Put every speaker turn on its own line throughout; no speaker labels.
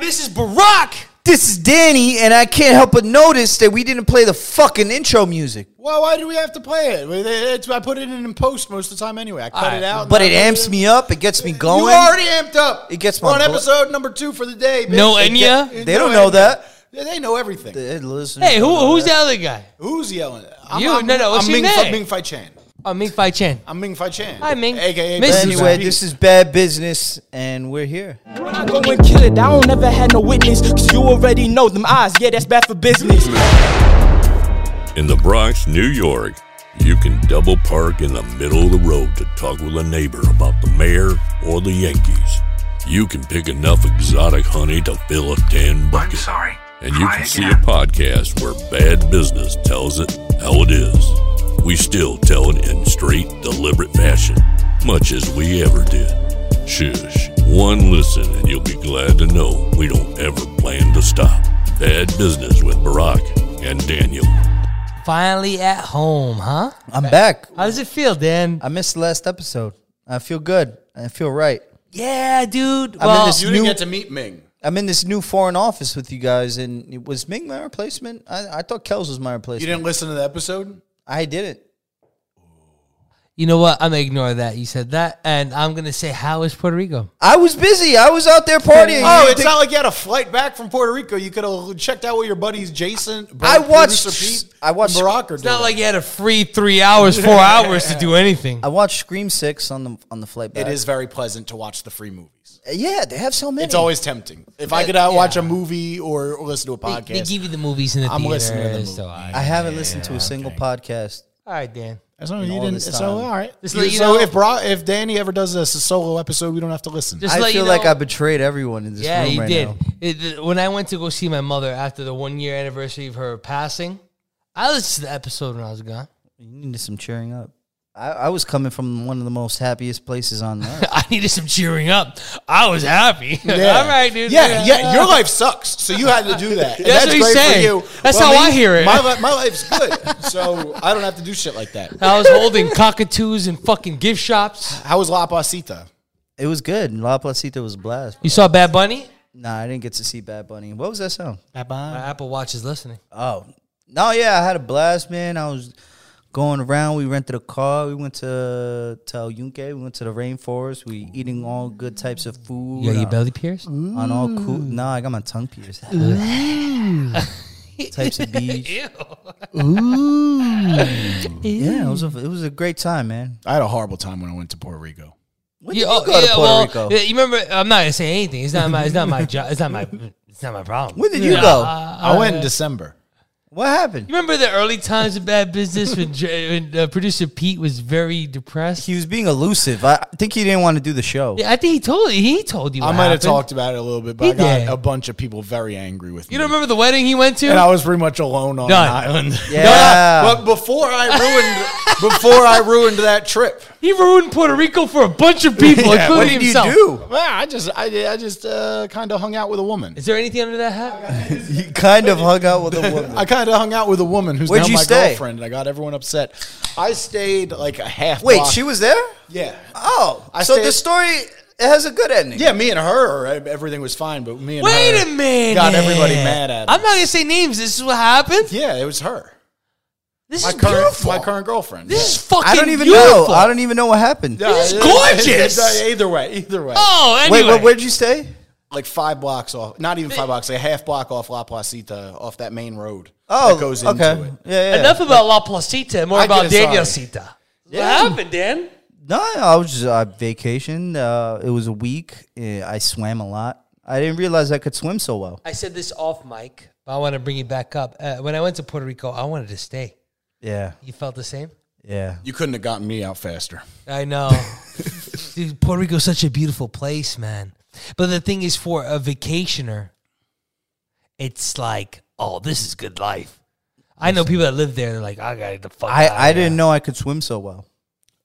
This is Barack.
This is Danny, and I can't help but notice that we didn't play the fucking intro music.
Well, why do we have to play it? Well, it- it's- I put it in in post most of the time anyway. I cut
Alright,
it out.
But
and
it
I put
amps
in.
me up. It gets me going.
You already amped up.
It gets
We're
my
on
blo-
episode number two for the day. bitch.
No
They
Enya?
get-
They don't know that.
Yeah, they know everything.
The listeners
Hey,
don't
who,
know
who's
that.
the other guy?
Who's yelling? I'm,
You-
I'm,
no, no, what's
I'm
your
Ming, Fa-
name?
Ming Fai Chan.
Oh, Ming Fai Chen.
I'm Ming Fai Chan.
Hi, Ming.
AKA
Miss
Bad
you.
Anyway,
Susan.
this is bad business, and we're here.
I go and kill it. I don't ever had no witness. Cause you already know them eyes. Yeah, that's bad for business.
In the Bronx, New York, you can double park in the middle of the road to talk with a neighbor about the mayor or the Yankees. You can pick enough exotic honey to fill a tan bucket.
I'm sorry.
And you
Try
can see a
again.
podcast where bad business tells it how it is. We still tell it in straight, deliberate fashion, much as we ever did. Shush. One listen, and you'll be glad to know we don't ever plan to stop. Bad Business with Barack and Daniel.
Finally at home, huh?
I'm back.
How does it feel, Dan?
I missed the last episode. I feel good. I feel right.
Yeah, dude.
in
Well,
this-
Oh, You didn't
new-
get to meet Ming.
I'm in this new foreign office with you guys, and it was Ming my replacement. I, I thought Kels was my
You
replacement.
didn't listen to the episode?
I didn't.
you know what? I'm gonna ignore that. You said that, and I'm gonna say, how is Puerto Rico?
I was busy. I was out there partying.
Oh,
You
it's
think-
not like you had a flight back from Puerto Rico. You could have checked out with your buddies, Jason. Bert,
I watched-
Producer Pete,
I watched-
and Barack. Are
It's not like you had a free three hours, four hours to do anything.
I watched Scream Six on the on the flight back. Uh,
it is very pleasant to watch the free movies.
Yeah, they have so many.
It's always tempting. If I could out watch a movie or, or listen to a
They, they
podcast,
give you the movies in the
I'm
theater.
listening to the
so
movie.
I-
I haven't listened to a single podcast.
all right, Dan.
as long as you
all
didn't.
this
So
time.
all right.
Just
You-
let you
so
know-
if Barack, if Danny ever does this a solo episode, we don't have to listen.
Just
I
let
feel
you
like
know-
I betrayed everyone in this
Yeah,
room
you
right
did.
now.
It- th- when I went to go see my mother after the one year anniversary of her passing, I listened to the episode when I was gone.
You needed some cheering up. I, I was coming from one of the most happiest places on earth.
I needed some cheering up. I was happy. All right, dude.
Yeah, yeah. Your life sucks, so you had to do that. And
That's
that's
what he's
great
saying.
for you.
That's how I hear it.
My, li- my life's good, so I don't have to do shit like that.
I was holding cockatoos and fucking gift shops.
How was La Pasita?
it was good. and La Placita was a blast.
You saw Bad Bunny?
Nah, I didn't get to see Bad Bunny. What was that sound?
My Apple Watch is listening.
Oh, no, yeah, I had a blast, man. I was going around. We rented a car. We went to to El Yunque. We went to the rainforest. We eating all good types of food.
You got your
uh,
belly pierced?
on all cool. Nah, I got my tongue pierced. types of beach. Yeah, it was a, it was a great time, man.
I had a horrible time when I went to Puerto Rico.
When did you go to Puerto Rico?
oh, yeah, You remember? I'm not gonna say anything. It's not my. It's not my job. It's not my. It's not my problem.
When did you go?
Uh,
I went in December.
what happened?
You remember the early times of bad business when, J- when uh, producer Pete was very depressed?
He was being elusive. I think he didn't want to do the show.
Yeah, I think he told you. He told you.
I
what
might have
happened.
talked about it a little bit, but
He
I got
did.
a bunch of people very angry with me.
You don't remember the wedding he went to?
And I was pretty much alone on
Done.
an island.
Yeah.
but before I ruined before I ruined that trip,
he ruined Puerto Rico for a bunch of people,
Yeah,
including
what
What did you
himself.
do?
well, I just I, did- I just uh, kind of hung out with a woman.
Is there anything under that hat?
You kind of hung out with a woman.
I kind of hung out with a woman who's
Where'd
now
you
my
stay?
girlfriend, and I got everyone upset. I stayed like a half.
Wait,
block-
she was there?
yeah,
Oh,
I
so
stayed-
the story it has a good ending.
yeah. Me and her, e- everything was fine, but me and
Wait
her
a minute.
got everybody mad at.
I'm
us.
not gonna say names. This is what happened.
Yeah, it was her.
This
My
is
current,
beautiful.
my current girlfriend.
this is fucking.
I don't even
beautiful.
know. I don't even know what happened.
Yeah,
this is
it-
gorgeous.
it- it- either way, either way.
Oh,
Wait,
anyway.
wh- where'd you stay?
like five blocks off, not even five blocks, a half block off La Placita, off that main road
Oh,
that goes
okay.
into it.
Yeah, yeah.
Enough about La Placita and more
I
about
get it,
Daniel
sorry.
Cita. What happened, Dan?
No, I was just uh, vacation. Uh, it was a week. Eh, I swam a lot. I didn't realize I could swim so well.
I said this off mic, but I want to bring it back up. Uh, when I went to Puerto Rico, I wanted to stay.
Yeah,
You felt the same?
yeah.
You couldn't have gotten me out faster.
I know. Dude, Puerto Rico's such a beautiful place, man. But the thing is, for a vacationer, it's like, oh, this is good life. I know people that live there. They're like, I gotta get the fuck.
I,
outta
I
here.
didn't know I could swim so well.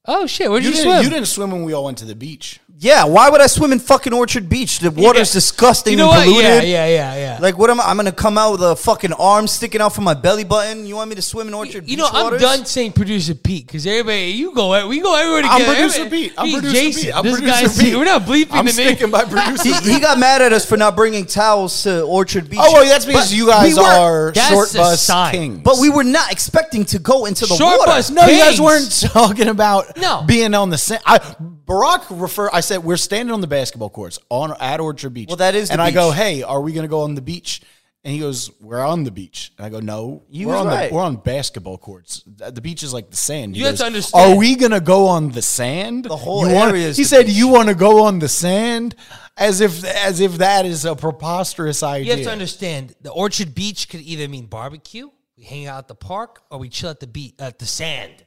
Oh shit! Where'd you,
You
swim?
didn't, you didn't swim when we all went to the beach.
Yeah, why would I swim in fucking Orchard Beach? The water's
Yeah.
disgusting
You know
and
what?
polluted.
Yeah, yeah, yeah, yeah.
Like, what am I? I'm gonna come out with a fucking arm sticking out from my belly button. You want me to swim in Orchard
you
Beach
know, I'm
waters?
done saying producer Pete because everybody, you go, we go everywhere
I'm
together.
producer
Everybody-
Pete. I'm
He's
producer
Jason.
Pete. I'm
this
producer
guy's-
Pete.
We're not bleeping
I'm
the name.
sticking by producer
He, he
Pete.
got mad at us for not bringing towels to Orchard Beach.
Oh, well, that's because
But
you
we
guys
weren't-
are
That's
short
a
bus
sign.
kings.
But we were not expecting to go into the
Short
water.
bus,
No, you guys
Kings.
weren't talking about
No.
being on the same. I Barack refer. I said we're standing on the basketball courts on at Orchard Beach.
Well, that is the
and I go,
beach.
hey, are we going to go on the beach? And he goes, we're on the beach. And I go, no,
You
we're
was
on
right.
the we're on basketball courts. Th- The beach is like the sand. He
You have to
goes,
understand-
Are we going to go on the sand? The
whole
you wanna-"
area is
He
the
said,
beach.
you want to go on the sand, as if as if that is a preposterous idea.
You have to understand the Orchard Beach could either mean barbecue, we hang out at the park, or we chill at the beach at the sand.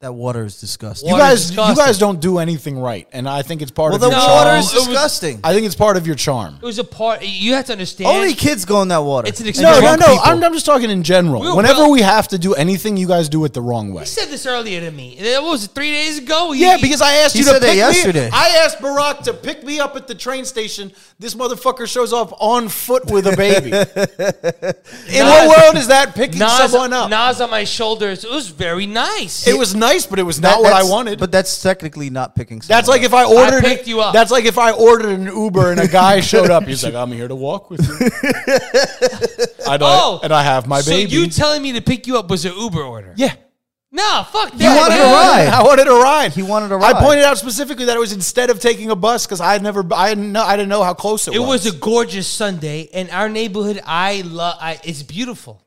That water is disgusting.
You
Water
guys, you
disgusting.
guys don't do anything right, and I think it's part
Well,
of
the
your
No,
water
charm.
is
it was-
disgusting.
I think it's part of your charm.
It was a part. You have to understand.
Only kids go in that water.
It's an
And
ex-
No, no,
drunk
no.
people.
I'm, I'm just talking in general.
We were
Whenever
well-
we have to do anything, you guys do it the wrong way.
He said this earlier to me. It was it, three days ago. He-
Yeah, because I asked
He
you to
said that
pick
yesterday.
me. I asked Barack to pick me up at the train station. This motherfucker shows up on foot with a baby. in
Nas-
what world is that picking
Nas,
someone up?
Nas on my shoulders. It was very nice.
it was nice, but it was
that-
not what I
that's-
wanted.
But that's technically not picking.
That's
someone
like if I ordered.
picked you up.
That's like if I ordered an Uber and a guy showed up. He's like, "I'm here to walk with you." I don't,
Oh,
and I have my
so
baby.
you telling me to pick you up was an Uber order?
yeah,
No, fuck that.
wanted to
man.
ride.
I wanted a ride.
He wanted a
I
ride.
pointed out specifically that it was instead of taking a bus because I had never, I didn't know, I didn't know how close it,
It
was.
was a gorgeous Sunday, and our neighborhood, I love. I, it's beautiful.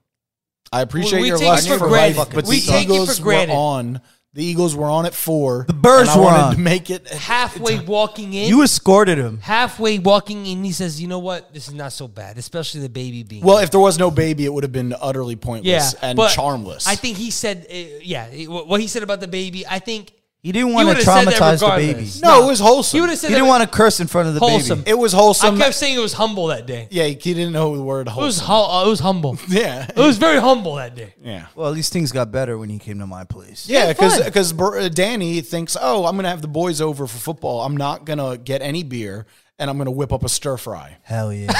I appreciate
we
your
take it
lust
for
for
granted.
life, but
We
the
take it for
Eagles were
granted.
on. The Eagles were on at four. The
birds
and I
were
wanted
on.
to make it
Halfway walking in,
you escorted him.
halfway walking in, he says, "You know what? This is not so bad, especially the baby being."
Well, if there was no baby, it would have been utterly pointless and
but
charmless.
I think he said, uh, yeah, it- wh- what he said about the baby. I think
He didn't want to
would've said that
traumatize the
regardless.
baby.
no, it was wholesome.
he would have said
He didn't want to curse in front of the
Wholesome.
baby.
it was wholesome.
I kept saying it was humble that day.
Yeah, he didn't know the word
It was
wholesome.
hu- uh, it was humble.
yeah,
It was very humble that day.
yeah,
Well, at least things got better when he came to my place.
yeah. Because
fun.
because uh, Danny thinks, oh, I'm gonna have the boys over for football. I'm not gonna get any beer, and I'm gonna whip up a stir fry.
Hell yeah.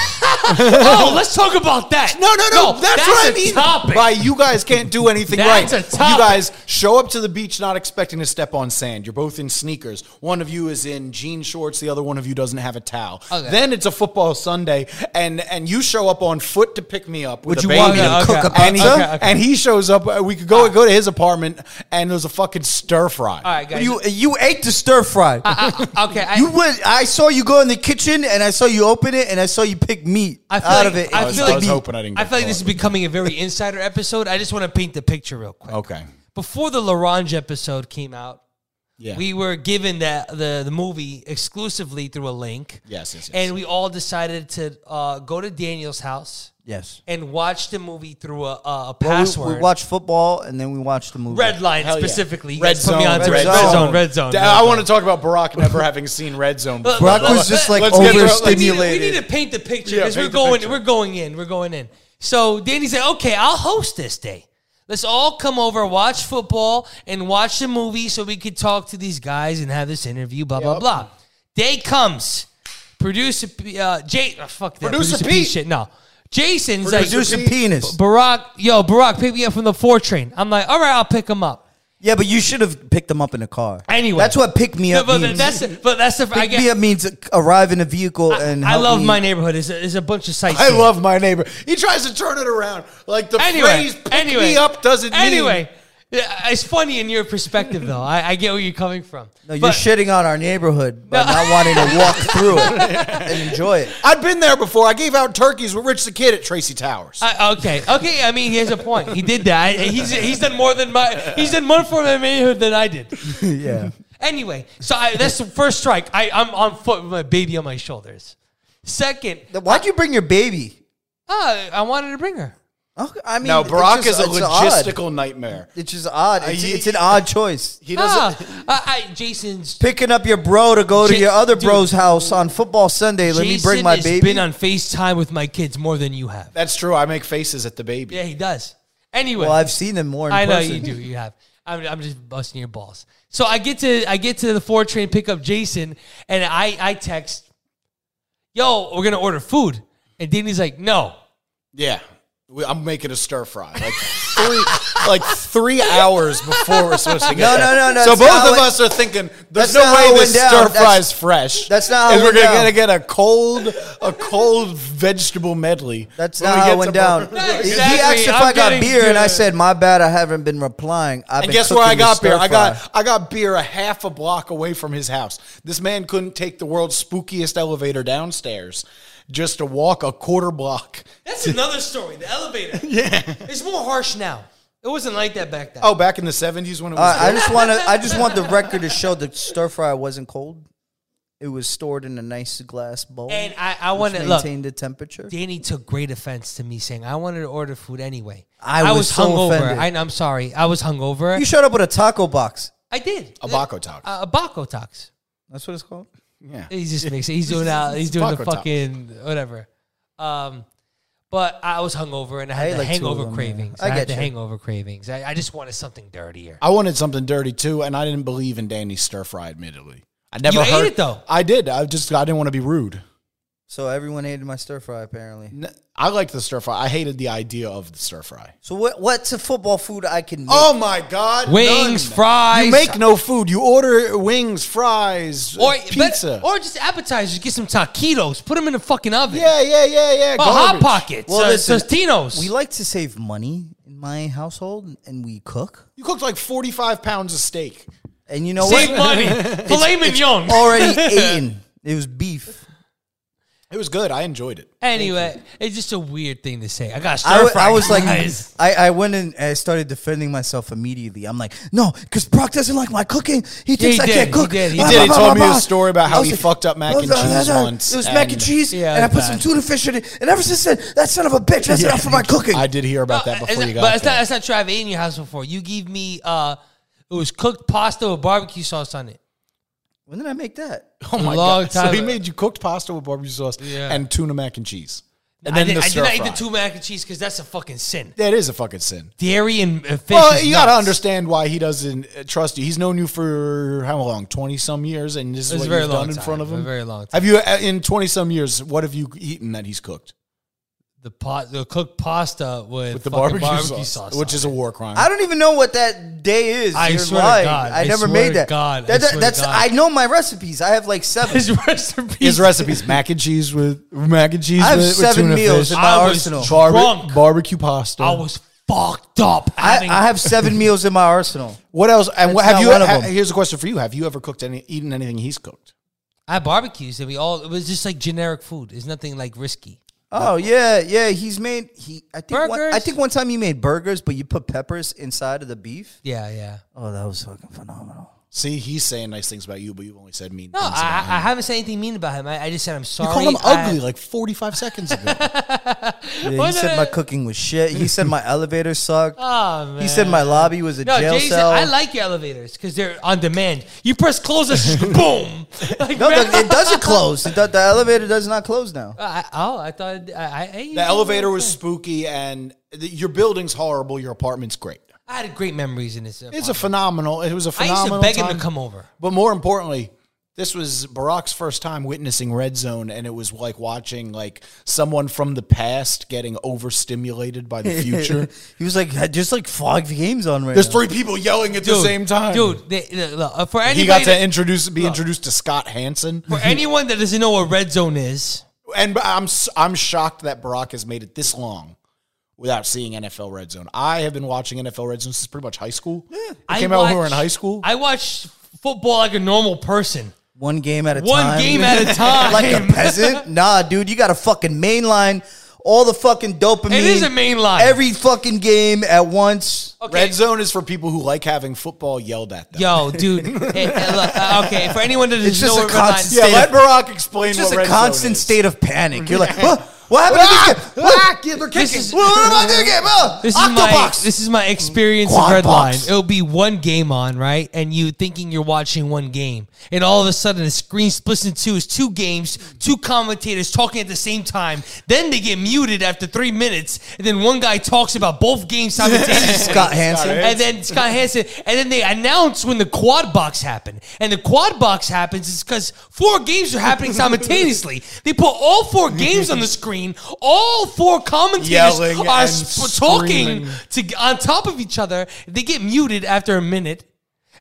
oh, let's talk about that.
No, no, no. that's, what I
a
mean.
Topic.
By you guys can't do anything
That's
right.
a topic.
You guys show up to the beach not expecting to step on sand. You're both in sneakers. One of you is in jean shorts. The other one of you doesn't have a towel.
Okay.
Then it's a football Sunday, and and you show up on foot to pick me up with
Would
a
you
baby.
want me to
Okay,
cook a
okay,
and he,
pizza?
okay, okay.
and he shows up. uh, We could go go to his apartment, and there's a fucking stir fry.
All right, guys.
You you ate the stir fry.
I- I- okay, I,
you went. I saw you go in the kitchen, and I saw you open it, and I saw you pick meat
I feel
out
like-
of it.
I
and
was-
eat
I
the
was
meat.
hoping I didn't.
I
Get
feel like this is
caught.
becoming a very insider episode. I just want to paint the picture real quick.
okay.
Before the LaRange episode came out,
Yeah.
we were given that the, the movie exclusively through a link.
Yes, yes, yes.
And we all decided to uh, go to Daniel's house
Yes.
and watch the movie through a, a, a
Well, we-
password.
we, watched football, and then we watched the movie.
Red Line
Hell yeah.
specifically. You
Red
guys put me
Zone,
onto
Red
Red Zone.
Zone.
Red Zone.
Da- I want to talk about Barack never having seen Red Zone.
But-
Before.
Brock
Let's-
was just like
let's get-
We need, to, we
overstimulated.
need to paint the picture
Yeah,
because
paint
we're
the
going.
picture.
We're going in. We're going in. So Danny said, "Okay, I'll host this day. Let's all come over, watch football, and watch the movie, so we could talk to these guys and have this interview." Blah blah
Yep.
blah. Day comes. Producer P- uh, Jay, oh, fuck that.
Producer
P
Pete.
shit. No, Jason's like
Producer penis.
Barack. Yo, Barack, pick me up from the four train. I'm like, all right, I'll pick him up.
Yeah, but you should have picked them up in a car.
Anyway.
that's what pick me
No,
up
but
means.
that's the- but that's the I
pick
get.
me up means arrive in a vehicle and.
I
help
love
me.
my neighborhood. It's a, it's a bunch of sites.
I love my neighbor. He tries to turn it around. Like the
anyway,
phrase "pick
anyway,
me up" doesn't mean-
anyway. yeah, It's funny in your perspective, though. I, I get where you're coming from.
No, you're
But-
shitting on our neighborhood by not wanting to walk through it and enjoy it.
I've been there before. I gave out turkeys with Rich the Kid at Tracy Towers.
I, okay, okay. I mean, here's a point. He did that. I- He's he's done more than my he's done more for my neighborhood than I did.
Yeah.
Anyway, so I, that's the first strike. I I'm on foot with my baby on my shoulders. Second,
Why'd you bring your baby?
uh, I wanted to bring her.
Okay, I mean,
now
it's
Barack
just-
is a
it's odd.
logistical nightmare.
It's just odd. It's,
you-
it's an odd choice.
He
Ah,
doesn't.
I, I, Jason's
Picking up your bro to go to
Ja-
your other
dude.
bro's house on football Sunday. Let me
Jason
bring my
has
baby.
been on FaceTime with my kids more than you have.
That's true. I make faces at the baby.
Yeah, he does. Anyway,
well, I've seen them more in
I know
person.
you do. You have. I'm, I'm just busting your balls. So I get to I get to the four train pick up Jason, and I I text, "Yo, we're gonna order food," and Danny's like, "No."
Yeah. We, I'm making a stir fry. Like three, like three hours before we're supposed to get
No,
there.
no, no, no,
So
that's
both
not
of
how it-
us are thinking
that's
there's no
not how
way
it went
this
down.
stir
That's-
fry's fresh.
that's not how
and
it
we're
went
gonna,
down.
gonna get a cold, a cold vegetable medley.
That's
when
not
we
how
get
it went
to
down.
Burger King.
Yeah,
He-
exactly.
He asked if
I'm
I got
getting
beer, and I
good.
said, "My bad, I haven't been replying." I've
And
been
guess where I
cooking the
got beer?
stir
I
fry.
got I got beer a half a block away from his house. This man couldn't take the world's spookiest elevator downstairs just to walk a quarter block.
That's another story. The elevator. yeah, it's more harsh now. It wasn't like that back then.
Oh, back in the seventies when it was
Uh, I just want to. I just want the record to show the stir fry wasn't cold. It was stored in a nice glass bowl.
And I- I
which
wanna- look.
maintained the temperature.
Danny took great offense to me saying I wanted to order food anyway.
I was so
hungover.
offended.
I, I'm sorry. I was hungover.
You showed up with a taco box.
I did.
A Baco Talk.
Uh, a Baco Talks.
That's what it's called.
yeah.
He just makes it. He's doing out. He's doing the
Taco Talk.
fucking whatever. Um, but I was hungover and I
I
had
ate
the
like two of
hangover
them, yeah.
cravings. I,
I
had
get
the
you. Uh,
hangover cravings. I, I just wanted something dirtier.
I wanted something dirty too, and I didn't believe in Danny's stir fry. Admittedly, I never
You ate
heard
it, though.
I did. I just I didn't want to be rude.
So everyone hated my stir fry apparently.
N- I liked the stir fry. I hated the idea of the stir fry.
So what? What's a football food I can make?
Oh my god!
Wings,
none.
fries.
You make no food. You order wings, fries,
or
or pizza.
but- or just appetizers. Get some taquitos. Put them in the fucking oven.
yeah, yeah, yeah, yeah.
Oh, hot
garbage.
pockets.
Well,
uh,
listen,
Tostinos.
We like to save money in my household, and we cook.
You cooked like forty-five pounds of steak.
And you know
Save
what?
money. Filet mignon.
Already eaten. It was beef.
It was good. I enjoyed it.
Anyway, it's just a weird thing to say. I got
I,
stir
w-
fry.
I was like,
guys.
I, I went in and I started defending myself immediately. I'm like, no, because Brock doesn't like my cooking. He thinks I
did,
can't
he
cook.
did, he
Blah,
did.
blah,
He
blah,
told
blah,
me a
blah.
story about how
I was
he fucked up mac
blah,
and
blah, blah,
cheese
blah.
once
It was mac
and-
and cheese,
Yeah,
and I
it was
put some
bad.
tuna fish in it. And ever since then, that son of a bitch, that's enough for my cooking.
I did hear about that
No,
before
it's
you
not-
got.
Uh, But it's
there.
not. It's not true. I've eaten your house before. You gave me. uh It was cooked pasta with barbecue sauce on it.
when did I make that?
Oh my
long
god!
time
So he
ago.
made you cooked pasta with barbecue sauce
Yeah.
and tuna mac and cheese, and
I
then
did,
the
I
stir
did not eat
fry.
the two mac and cheese because that's a fucking sin.
That is a fucking sin.
Dairy and uh, fish.
Well,
is
you got to
nuts.
understand why he doesn't uh, trust you. He's known you for how long? Twenty some years, and this is
It's
what
a very
you've
long
done in
time,
front of
a
him.
very long time.
Have you uh, in twenty some years? What have you eaten that he's cooked
the pot, the cooked pasta with,
with the
fucking
barbecue, sauce,
on
which is
it.
a war crime?
I don't even know what that day is.
I
You're
swear to
lying.
God,
I
I
never
swear
made
to
that.
God, I
That- that-
swear to
that's
God.
I know my recipes. I have like seven.
his recipe.
His recipes: mac and cheese with mac and cheese.
I have
with, with
seven
tuna
meals
fish,
in my
I was
arsenal.
drunk.
barbe-
Drunk.
barbecue pasta.
I was fucked up.
I,
having-
I have seven meals in my arsenal.
what else? And what
That's not
have you? e-,
one of
ha-
them.
here's a question for you: Have you ever cooked any, eaten anything he's cooked?
I had barbecues and we all. It was just like generic food. It's nothing like risky.
Oh yeah, yeah. He's made he. I think one, I
Burgers?
think one time he made burgers, but you put peppers inside of the beef.
Yeah, yeah.
Oh, that was fucking phenomenal.
See, he's saying nice things about you, but you've only said mean
No, I,
things. about him.
I I haven't said anything mean about him. I, I just said I'm sorry.
You called him
I-
ugly like 45 seconds ago.
Yeah, he
Wasn't
said my
it-
cooking was shit. He said my elevator sucked.
Oh, man.
he said my lobby was a
No,
jail
Jason,
cell.
I like your elevators because they're on demand. You press close, it's boom. Like,
no,
man,
the, it doesn't close. It, do- the elevator does not close now.
I, oh, I thought it- I, I, I
the elevator was spooky, and the, your building's horrible. Your apartment's great.
I had great memories in this.
It's a phenomenal. It was
I
a
used to
phenomenal.
beg him
time.
to come over.
But more importantly, this was Barack's first time witnessing Red Zone, and it was like watching like someone from the past getting overstimulated by the future.
he was like, "Had just like five games on right
There's
now."
three people yelling at the same time.
dude. They, look, look, uh, for
he got
anybody,
to introduce be introduced to Scott Hansen.
for anyone that doesn't know what red zone is,
and I'm s- I'm shocked that Barack has made it this long without seeing NFL Red Zone. I have been watching NFL Red Zone since pretty much high school. It
I
came out when we were in
watch-
high school.
I watch football like a normal person,
One game at a
one
time.
game at a time.
like a peasant? Nah, dude, you got to fucking mainline all the fucking dopamine.
It is a main line.
Every fucking game at once.
okay.
Red Zone is for people who like having football yelled at them.
Yo, dude. Hey, hey, look, uh, okay, for anyone that doesn't
just
know
a
what red line
constant-
yeah,
state
let
of-
Barack explain
It's just a
what Red Zone
constant
is.
state of panic. You're like, what? What happened to this kid?
Ah, ah, they're
This
kicking.
is-
What, what am I doing again? Oh,
This is my
Octobox.
this is my experience
Quad
of Redline.
box.
It'll be one game on, right? And you thinking you're watching one game, and all of a sudden the screen splits in two. It's two games, two commentators talking at the same time. Then they get muted after three minutes, and then one guy talks about both games simultaneously.
Scott Hansen.
And then Scott Hansen, and then they announce when the quad box happened. And the quad box happens is because four games are happening simultaneously. They put all four games on the screen. All four commentators
Yelling
are
and
sp- talking
screaming.
to on top of each other. They get muted after a minute.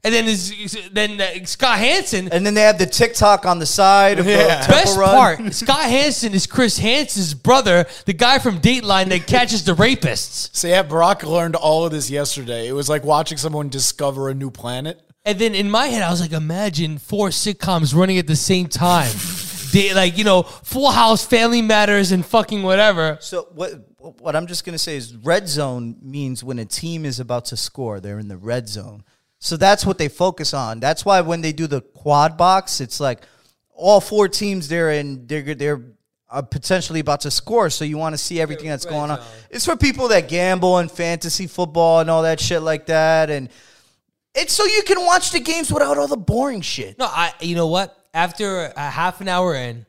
And then is then uh, Scott Hansen.
And then they have the TikTok on the side of the
Yeah.
temple
Best
run.
part, Scott Hansen is Chris Hansen's brother, the guy from Dateline that catches the rapists.
So yeah, Barack learned all of this yesterday. It was like watching someone discover a new planet.
And then in my head, I was like, imagine four sitcoms running at the same time. they, like, you know, Full House, Family Matters, and fucking whatever.
So what what I'm just gonna say is red zone means when a team is about to score, they're in the red zone. So that's what they focus on. That's why when they do the quad box, it's like all four teams they're in they're they're are potentially about to score. So you want to see everything that's
Red
going on.
zone.
It's for people that gamble and fantasy football and all that shit like that. And it's so you can watch the games without all the boring shit.
No, I, you know what? After a half an hour in,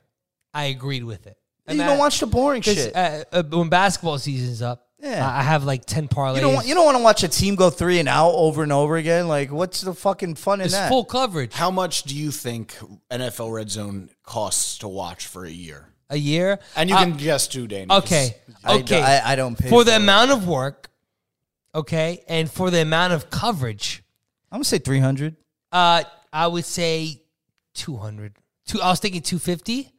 I agreed with it.
you don't watch the boring
because
shit.
uh, uh, when basketball season's up,
Yeah.
I, I have like ten parlays.
You don't want you don't want to watch a team go three and out over and over again. Like, what's the fucking fun in
it's
that?
full coverage
How much do you think NFL Red Zone costs to watch for a year?
a year,
And you
Uh,
can guess too, Danny. 'cause
okay,
I,
okay.
I, I don't pay
for the
it.
amount of work, okay, and for the amount of coverage,
I'm gonna say three hundred.
uh, I would say two hundred. Two, I was thinking two fifty,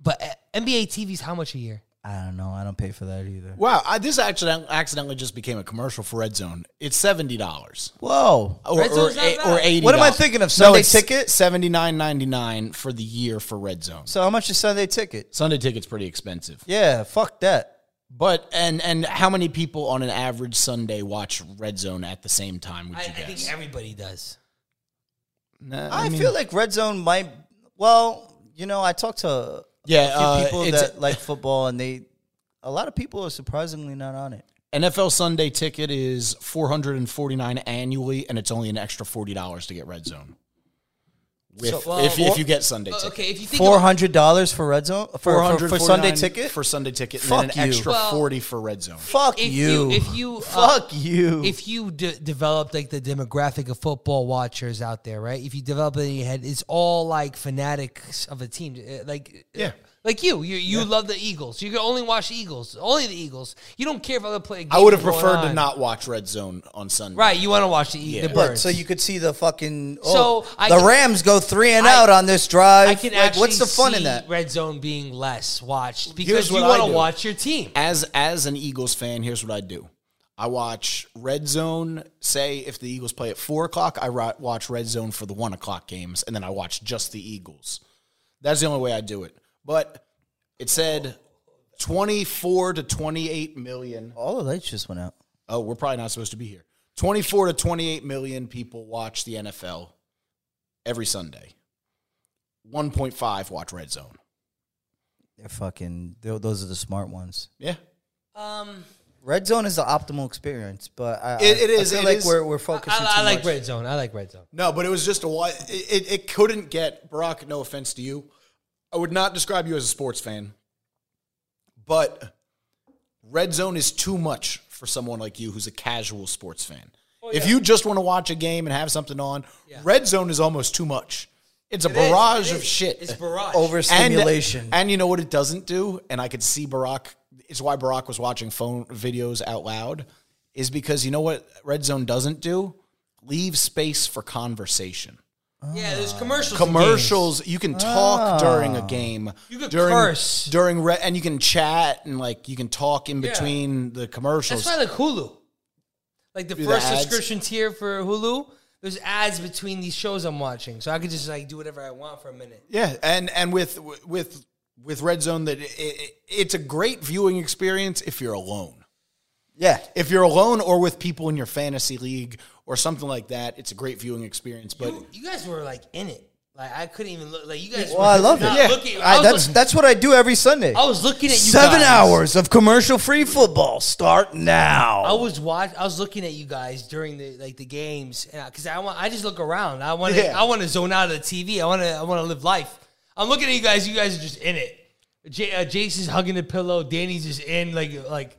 but uh, NBA TV's how much a year?
I don't know. I don't pay for that either.
Wow, I, this accident, accidentally just became a commercial for Red Zone. It's seventy dollars,
Whoa.
or
Red
or,
Zone's not
eight-
bad.
or eighty.
What am I thinking of? Sunday ticket?
seventy nine ninety nine for the year for Red Zone.
So how much is Sunday ticket?
Sunday ticket's pretty expensive,
Yeah, fuck that.
but and and how many people on an average Sunday watch Red Zone at the same time? Would
I, I
you guess?
think everybody does.
Nah,
I,
mean-
feel like red zone might. Well, you know, I talked to
yeah,
a few
uh,
people
it's-
that like football, and they a lot of people are surprisingly not on it.
NFL Sunday ticket is four hundred and forty nine annually, and it's only an extra forty dollars to get Red Zone. If, if, if you get Sunday ticket,
Uh, Okay, if you think
Four hundred dollars for red zone for, for, for Sunday
$449
ticket.
for Sunday ticket, and
Fuck
then an
you.
extra
Well-
forty for Red Zone.
fuck
if
you.
if you uh,
fuck you.
if you de- develop like the demographic of football watchers out there, right? If you develop it in your head, it's all like fanatics of a team, Uh, like
Yeah.
like you, you you love the Eagles. You can only watch the Eagles, only the Eagles. You don't care if other play.
I would have
games going
preferred to
on.
not watch Red Zone on Sunday.
Right, you want to watch the, E the
Yeah.
Look,
birds.
so you could see the fucking
So,
oh,
I
the
can-
Rams go three and
I-
out on this drive.
I can
Like,
actually
what's the fun
see
in that?
red zone being less watched
Here's
because you
what I
want to
do.
watch your team.
As as an Eagles fan, here's what I do. I watch Red Zone. Say if the Eagles play at four o'clock, I ri- watch Red Zone for the one o'clock games, and then I watch just the Eagles. That's the only way I do it. But it said twenty four to twenty eight million.
All the lights just went out.
Oh, we're probably not supposed to be here. Twenty four to twenty eight million people watch the NFL every Sunday. One point five watch Red Zone.
They're fucking. They're, those are the smart ones.
Yeah.
Um,
Red zone is the optimal experience, but I,
It- it
I- I
is,
feel
it
like
is.
we're we're
I,
focusing.
I
too
like
much.
red zone. I like red zone.
No, but it was just a wi- it, it, it couldn't get Barack. No offense to you, I would not describe you as a sports fan, but red zone is too much for someone like you who's a casual sports fan.
Oh,
If you just want to watch a game and have something on, red zone is almost too much. It's a barrage of shit.
It's barrage.
overstimulation.
And, you know what it doesn't do? And I could see Barack. It's why Barack was watching phone videos out loud, is because you know what Red Zone doesn't do? Leave space for conversation.
yeah, there's commercials. in games.
Commercials. You can talk during a game.
You can
during,
curse.
during re- and you can chat and like you can talk in between the commercials.
That's why I like Hulu. Like the
Do the
first
ads.
subscription tier for Hulu, there's ads between these shows I'm watching, so I could just like do whatever I want for a minute.
Yeah, and and with with with Red Zone, that it, it, it's a great viewing experience if you're alone.
Yeah,
if you're alone or with people in your fantasy league or something like that, it's a great viewing experience. But
You, you guys were like in it. Like I couldn't even look. Like you guys.
Well, I
were
love it.
not
Yeah.
looking- I
I,
was
that's
look-
that's what I do every Sunday.
I was looking at you.
Seven
guys.
hours of commercial free football start now.
I was watch. I was looking at you guys during the like the games, and because I, want, I just look around. I want to.
Yeah.
I want to zone out of the TV. I want to. I want to live life. I'm looking at you guys. You guys are just in it. J- uh, Jason's hugging the pillow. Danny's just in like like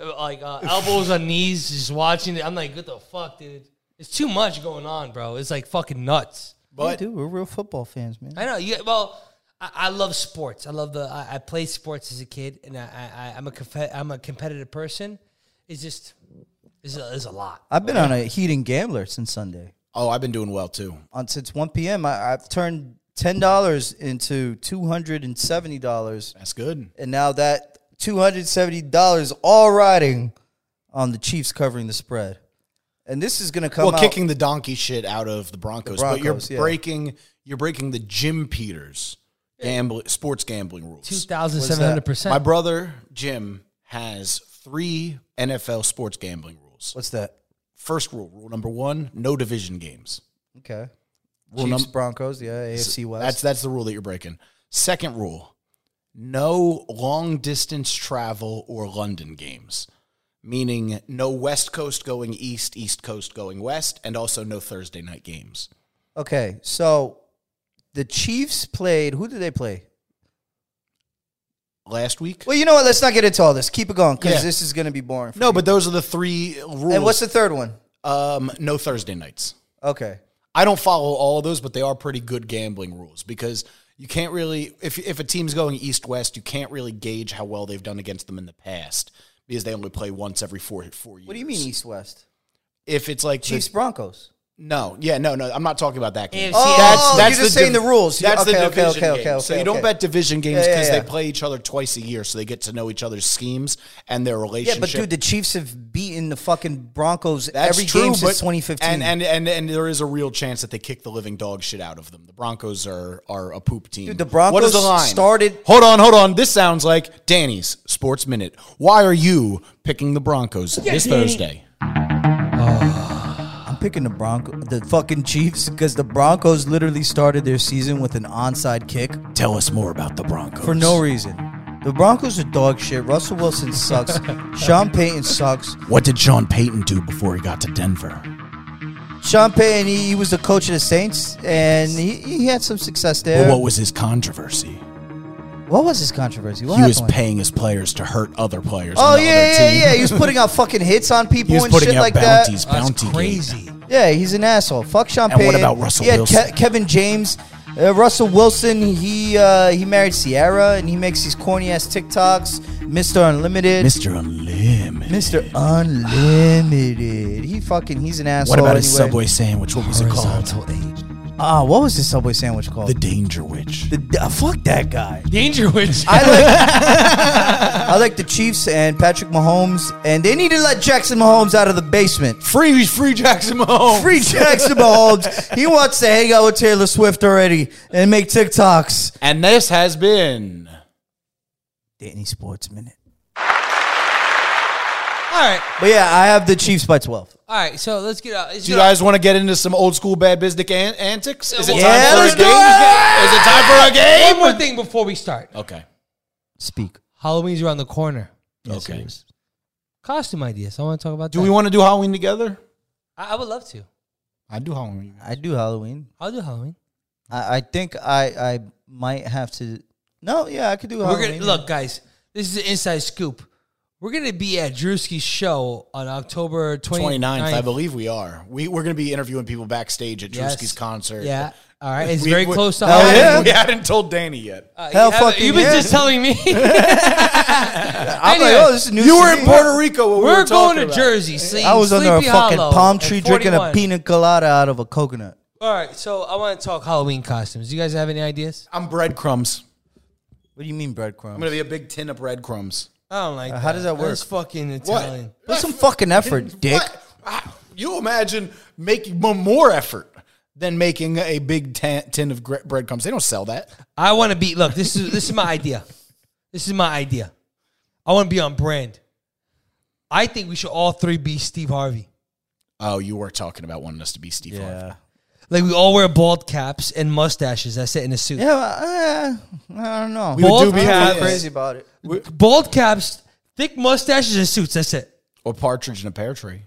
uh, like uh, elbows on knees, just watching it. I'm like, what the fuck, dude? It's too much going on, bro. It's like fucking nuts.
but
But
dude, we're real football fans, man.
I know. You well, I, I love sports. I love the. I, I played sports as a kid, and I, I, I- I'm a confe- I'm a competitive person. It's just, it's a, it's a lot.
I've been on a heating gambler since Sunday.
oh, I've been doing well too.
On since one p.m., I, I've turned ten dollars into two hundred and seventy dollars,
That's good.
and now that two hundred seventy dollars all riding on the Chiefs covering the spread. And this is going to come
well,
out.
kicking the donkey shit out of the Broncos,
Broncos,
but
yeah.
you're breaking you're breaking the Jim Peters gambling sports gambling rules.
Two thousand seven hundred
My
percent.
brother Jim has three NFL sports gambling rules.
What's that?
First rule, rule number one: no division games.
Okay.
Rule
Chiefs,
num-
Broncos, yeah, AFC West.
That's that's the rule that you're breaking. Second rule: no long distance travel or London games, meaning no West Coast going east, East Coast going west, and also no Thursday night games.
Okay, so the Chiefs played. Who did they play?
Last week,
Well, you know what? Let's not get into all this. Keep it going because
Yeah.
this is going to be boring.
no, but those are the three rules.
and what's the third one?
um, no Thursday nights.
Okay.
I don't follow all of those, but they are pretty good gambling rules because you can't really if if a team's going east west, you can't really gauge how well they've done against them in the past because they only play once every four four years.
What do you mean East West?
If it's like the-
Chiefs Broncos.
no, yeah, no, no, I'm not talking about that
AFC.
game.
Oh,
you're just saying the rules. You-
That's
okay,
the
okay,
division
okay, okay,
game. so
okay,
you don't
okay.
bet division games
Yeah, yeah,
because
yeah.
they play each other twice a year, so they get to know each other's schemes and their
Yeah,
relationship.
but dude, the Chiefs have beaten the fucking Broncos
That's
every
true,
game since
but-
2015.
And, and and and there is a real chance that they kick the living dog shit out of them. The Broncos are are a poop team.
Dude, the Broncos
what is the line?
started-
Hold on, hold on. This sounds like Danny's Sports Minute. Why are you picking the Broncos this Thursday?
I'm picking the Bronco, the fucking Chiefs, because the Broncos literally started their season with an onside kick
Tell us more about the Broncos.
for no reason. The Broncos are dog shit. Russell Wilson sucks. Sean Payton sucks.
What did Sean Payton do before he got to Denver?
Sean Payton, he, he was the coach of the Saints, and he, he had some success there.
Well, what was his controversy?
What was his controversy? What
he was
happened?
paying his players to hurt other players.
Oh
on the
yeah,
other
yeah,
team.
yeah. He was putting out fucking hits on people
he was
and
putting
shit
out
like
bounties.
that.
That's
Bounty gate.
crazy.
Yeah, he's an asshole. Fuck Sean
And what
Payton.
about Russell
He had
Wilson?
Ke- Kevin James, uh, Russell Wilson. He uh, he married Sierra, and he makes these corny ass TikToks. Mister Unlimited.
Mr. Unlimited.
Mister Unlimited. He fucking he's an asshole.
What about his
anyway.
Subway sandwich? What was it called?
Ah, what was his Subway sandwich called?
The Danger Witch.
The- uh, fuck that guy.
Danger Witch.
I like, I like the Chiefs and Patrick Mahomes, and they need to let Jackson Mahomes out of the basement.
Free, free Jackson Mahomes.
Free Jackson Mahomes. He wants to hang out with Taylor Swift already and make TikToks.
And this has been.
Danny Sports Minute.
all right,
But yeah, I have the Chiefs by 12.
all right. So let's get out. Let's
Do you
get out.
guys want to get into some old school bad business an- antics? Is it
Yeah,
time for
let's
a
do
game?
it!
Is it time for a game?
One more thing before we start.
Okay.
Speak.
Halloween's around the corner.
okay.
Costume ideas. I want to talk about.
Do
that.
we want to do Halloween together?
I, I would love to.
I do Halloween.
I do Halloween.
I'll do Halloween.
I, I think I, I might have to. No, yeah, I could do
We're
Halloween.
gonna look, guys. This is an inside scoop. We're gonna be at Drewski's show on October 29th.
29th, I believe we are. We, we're going to be interviewing people backstage at
Yes.
Drewski's concert.
Yeah. All right. It's
We-
very
we-
close to
Hell
Halloween.
yeah.
We hadn't told Danny yet.
Uh,
Hell
you haven't-
fucking
You've been
yeah.
just telling me.
I'm like,
Anyway,
oh, this is new
you were
city.
in Puerto Rico when we
We're
were
going
talking
to
about it.
Jersey. Singing
I was under a
Sleepy
fucking
Hollow
palm
at
tree drinking a
41.
pina colada out of a coconut.
All right. So I want to talk Halloween costumes. Do you guys have any ideas?
I'm breadcrumbs.
What do you mean breadcrumbs?
I'm going to be a big tin of breadcrumbs.
I don't like.
Uh, how does that work?
That's fucking Italian.
Put some fucking effort, dick.
What? Ah, You imagine making mo- more effort than making a big tan- tin of gre- breadcrumbs. They don't sell that.
I want to be. Look, this is this is my idea. This is my idea. I want to be on brand. I think we should all three be Steve Harvey.
Oh, you were talking about wanting us to be Steve Harvey.
Like we all wear bald caps and mustaches. That's it in a suit.
Yeah, but, eh, I don't know.
We would
Bald
do be
caps.
I'm crazy about it.
Bald caps, thick mustaches and suits. That's it.
Or partridge in a pear tree.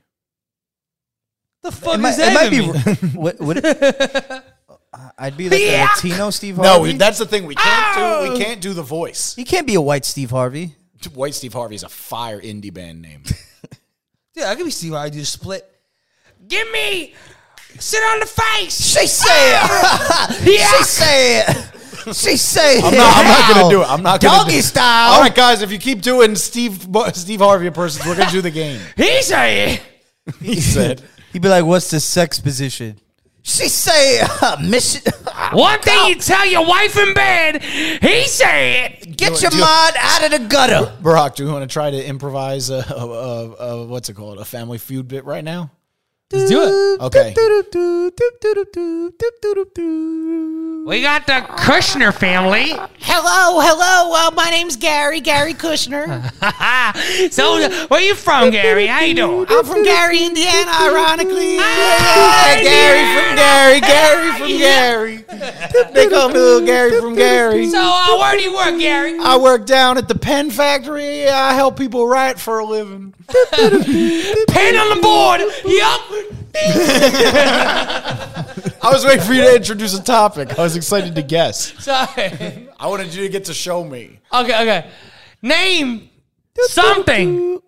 The fuck
it
is
might,
that?
it might
even
be.
mean?
What, what, I'd be like a Latino Steve Harvey.
No, we, that's the thing. We can't do.
Oh!
We can't do the voice.
he can't be a white Steve Harvey.
White Steve Harvey is a fire indie band name.
Yeah, I could be Steve Harvey. Do a split. Give me. Sit on the face.
She said. She said. She said.
I'm not, I'm not gonna do it. I'm not gonna
Doggy
do it.
style.
All right, guys, if you keep doing Steve Steve Harvey impressions, we're gonna do the game.
He's a.
He said,
He'd be like, "What's the sex position?" She said, "Mission."
One thing you tell your wife in bed, he said.
Get your mind out of the gutter.
"Barack, do we want to try to improvise a, a, a, a what's it called, a Family Feud bit right now?"
Let's do it.
Okay.
We got the Kushner family.
Hello, hello. Well, my name's Gary, Gary Kushner.
so, where you from, Gary? How you doing?
I'm from Gary, Indiana, ironically.
Hi,
from Gary, Gary from Gary. They call me little Gary from Gary.
So, uh, where do you work, Gary?
I work down at the pen factory. I help people write for a living.
Pen on the board. Yup.
I was waiting for you to introduce a topic. I was excited to guess.
Sorry.
I wanted you to get to show me.
Okay, okay. Name something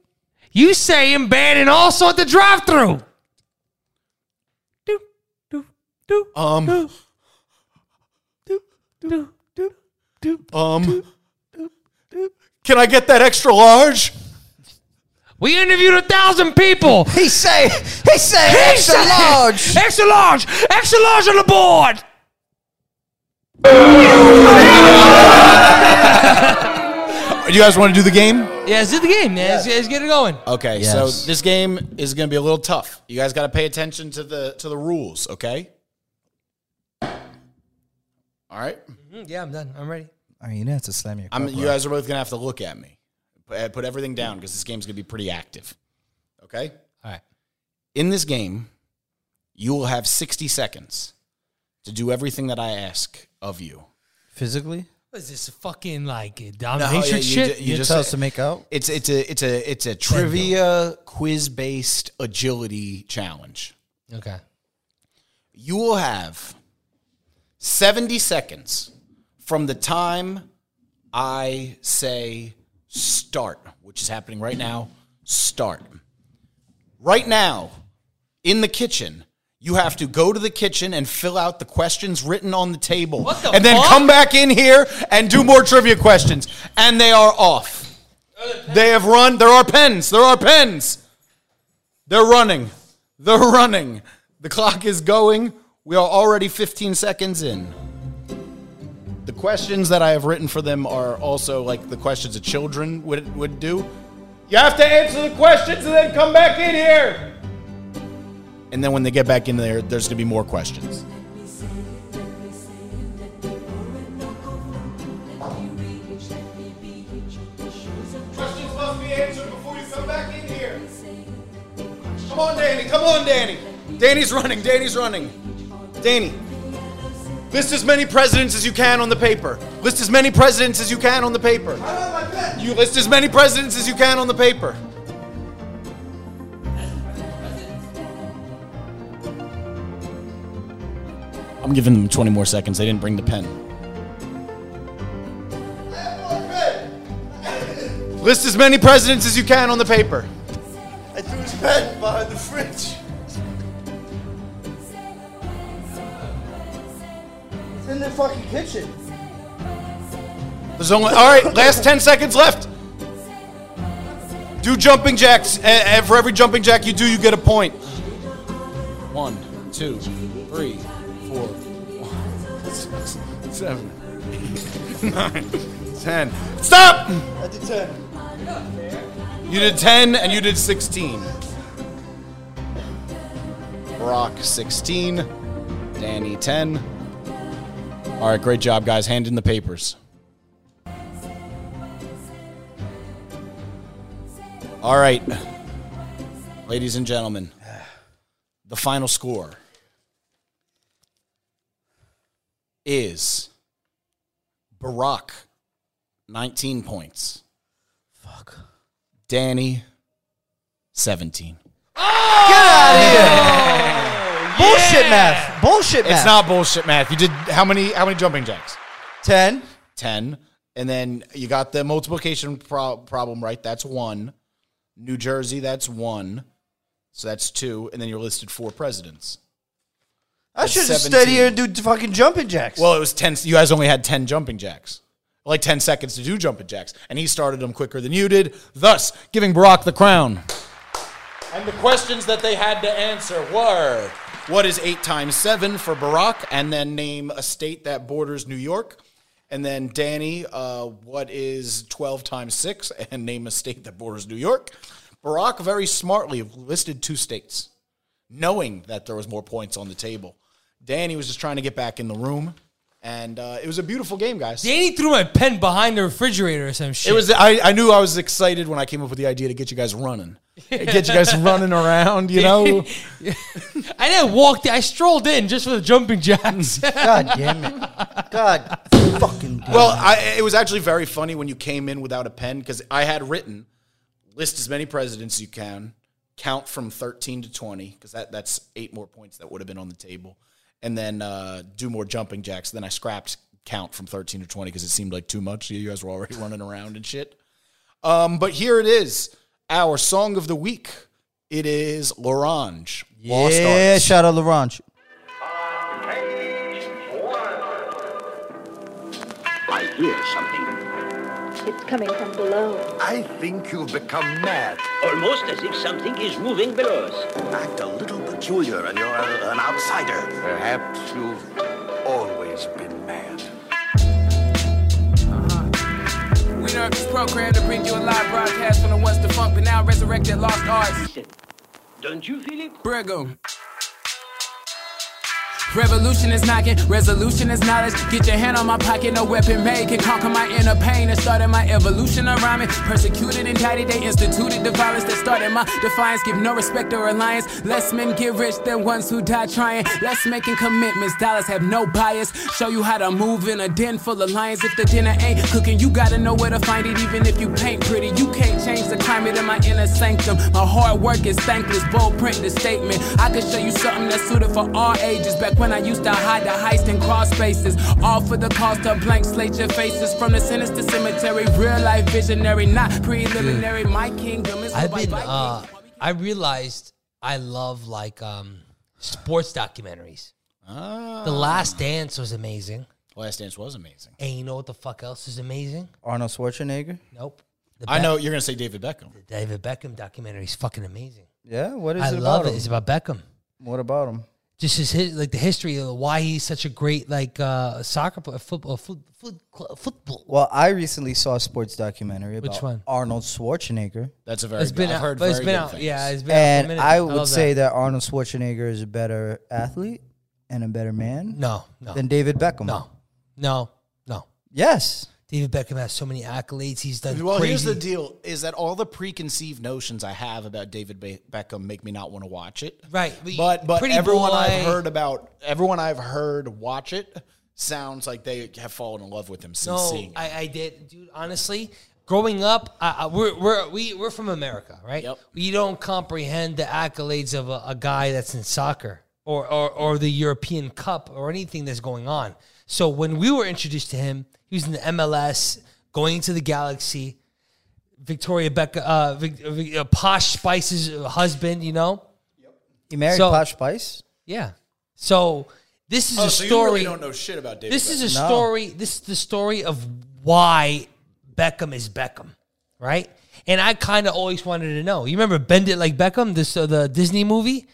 you say in bed and also at the drive-through.
Um. Um. Can I get that extra large?
We interviewed a thousand people.
He say, he say, extra
said-
large.
Extra large. Extra large on the board.
Do you guys want to do the game?
Yeah, let's do the game, man. Let's, let's get it going.
Okay,
Yes.
so this game is going to be a little tough. You guys got to pay attention to the to the rules, okay? All right.
Yeah, I'm done. I'm ready.
I mean, you have to slam your.
I'm, you guys are both going to have to look at me. uh, Put, put everything down because this game's going to be pretty active. Okay?
All right.
In this game, you will have 60 seconds to do everything that I ask of you.
physically.
What is this fucking like uh, domination
Oh, yeah, you
shit?
ju- you
You
just
tell us to make out.
It's it's a it's a it's a trivia quiz based agility challenge.
okay.
you will have 70 seconds from the time I say start, which is happening right now. Start. Right now, in the kitchen, you have to go to the kitchen and fill out the questions written on the table.
What the
and then
fuck?
come back in here and do more trivia questions. And they are off. They have run. There are pens. There are pens. They're running. They're running. The clock is going. We are already 15 seconds in. The questions that I have written for them are also like the questions that children would, would do. You have to answer the questions and then come back in here. And then when they get back in there, there's going to be more questions. Questions must be answered before you come back in here. Come on, Danny. Come on, Danny. Danny's running. Danny's running. Danny. List as many presidents as you can on the paper. List as many presidents as you can on the paper. You list as many presidents as you can on the paper. I'm giving them 20 more seconds. They didn't bring the pen. List as many presidents as you can on the paper.
I threw his pen behind the fridge. It's in the fucking kitchen.
There's only all right. Last ten seconds left. Do jumping jacks. And for every jumping jack you do, you get a point. One, two, three, four, one, six, seven, eight, nine, ten. Stop!
I did ten.
You did ten, and you did sixteen. Brock sixteen, Danny ten. All right, great job, guys. Hand in the papers. All right, ladies and gentlemen, the final score is Barack, 19 points.
Fuck.
Danny, 17.
Get out of here. Bullshit math. Bullshit math.
It's not bullshit math. You did how many how many jumping jacks?
10.
10. And then you got the multiplication pro- problem right. That's one. New Jersey, that's one. So that's two. And then you're listed four presidents.
I
That's
should have stayed
17.
here and do fucking jumping jacks.
Well, it was 10. You guys only had 10 jumping jacks. Like 10 seconds to do jumping jacks. And he started them quicker than you did, thus giving Barack the crown. And the questions that they had to answer were what is 8 times 7 for Barack? And then name a state that borders New York. And then Danny, uh, what is 12 times 6? And name a state that borders New York. Barack very smartly listed two states, knowing that there was more points on the table. Danny was just trying to get back in the room. And uh, it was a beautiful game, guys.
Danny threw my pen behind the refrigerator or some shit.
It was. I, I knew I was excited when I came up with the idea to get you guys running, get you guys running around. You know,
I didn't walk. I strolled in just for the jumping jacks.
God damn it. God fucking damn
Well, I, it was actually very funny when you came in without a pen because I had written list as many presidents as you can, count from 13 to 20, because that, that's eight more points that would have been on the table, and then uh, do more jumping jacks. Then I scrapped count from 13 to 20 because it seemed like too much. You guys were already running around and shit. Um, but here it is, our song of the week. It is L'Orange. Lost
Yeah,
Arts.
shout out LaRange.
I hear something.
It's coming from below.
I think you've become mad.
Almost as if something is moving below us.
Act a little peculiar and you're a, an outsider. Perhaps you've always been mad.
We nerve is programmed to bring you a live broadcast from the once defunct but now resurrected lost arts.
Don't you feel it?
Brego. Revolution is knocking, resolution is knowledge. Get your hand on my pocket, no weapon made can conquer my inner pain. That started my evolution of rhyming. Persecuted, indicted, they instituted the violence that started my defiance. Give no respect or alliance. Less men get rich than ones who die trying. Less making commitments, dollars have no bias. Show you how to move in a den full of lions. If the dinner ain't cooking, you gotta know where to find it. Even if you paint pretty, you can't change the climate in my inner sanctum. My hard work is thankless. Bold print the statement. I could show you something that's suited for all ages. Back when I used to hide the heist in crawl spaces, all for the cost of blank slate your faces from the sinister cemetery. Real life visionary, not preliminary. My kingdom is
I've
ruled by
been.
Vikings.
Uh, I realized I love like um, sports documentaries.
Ah.
The Last Dance was amazing,
Last Dance was amazing.
and you know what the fuck else is amazing?
Arnold Schwarzenegger?
Nope. The
I
Be-
know you're going to say David Beckham.
David Beckham documentary is fucking amazing.
Yeah, what is
I
it
love
about
it.
him?
It's about Beckham.
What about him?
Just his, his like the history of why he's such a great like uh, soccer player, football, foot, foot, football.
Well, I recently saw a sports documentary about
Which one?
Arnold Schwarzenegger.
That's a very
It's
good.
been
I've
out,
heard
but it's
very
been
good
out.
things.
Yeah, it's been out for a
And
minute.
I would
love
say that. Arnold Schwarzenegger is a better athlete and a better man
no, no,
than David Beckham.
no, no, no.
Yes.
David Beckham has so many accolades. He's done
Well,
crazy.
here's the deal: is that all the preconceived notions I have about David Be- Beckham make me not want to watch it.
Right, but you-
But but
pretty
everyone
boy.
I've heard about, everyone I've heard watch it sounds like they have fallen in love with him since
No,
seeing it.
I, I did, dude. Honestly, growing up, I, I, we're we're we, we're from America, right?
Yep.
We don't comprehend the accolades of a, a guy that's in soccer or, or or the European Cup or anything that's going on. So when we were introduced to him, he was in the MLS, going to the Galaxy. Victoria Becca, uh, Vic, Vic- uh, Posh Spice's husband, you know,
He married
So-
Posh Spice.
yeah. So this is
Oh,
a
so
story.
you really don't know shit about David.
This
Beckham.
is a
No.
story. This is the story of why Beckham is Beckham, right? And I kind of always wanted to know. You remember Bend It Like Beckham, this uh, the Disney movie?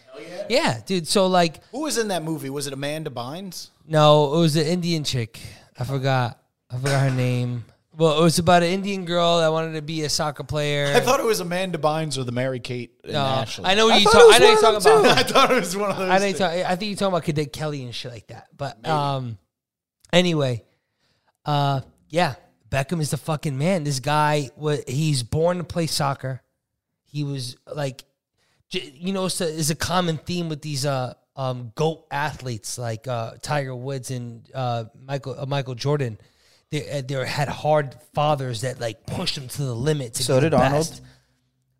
yeah. dude. So like,
who was in that movie? Was it Amanda Bynes?
no, it was an Indian chick. I forgot. I forgot her name. Well, it was about an Indian girl that wanted to be a soccer player.
I thought it was Amanda Bynes or the Mary Kate and
Uh,
Ashley.
I know
I
what you
thought
talk,
it was
I know you're
one
talking
of them,
about.
I thought it was one of those.
I know you
things.
talk, I think you're talking about Cadet Kelly and shit like that. But um, anyway, uh, yeah, Beckham is the fucking man. This guy, wa- he's born to play soccer. He was like, j- you know, it's a, it's a common theme with these uh um, goat athletes like uh, Tiger Woods and uh, Michael uh, Michael Jordan. They, uh, they had hard fathers that like pushed them to the limit. To
So
be the
did Arnold.
best.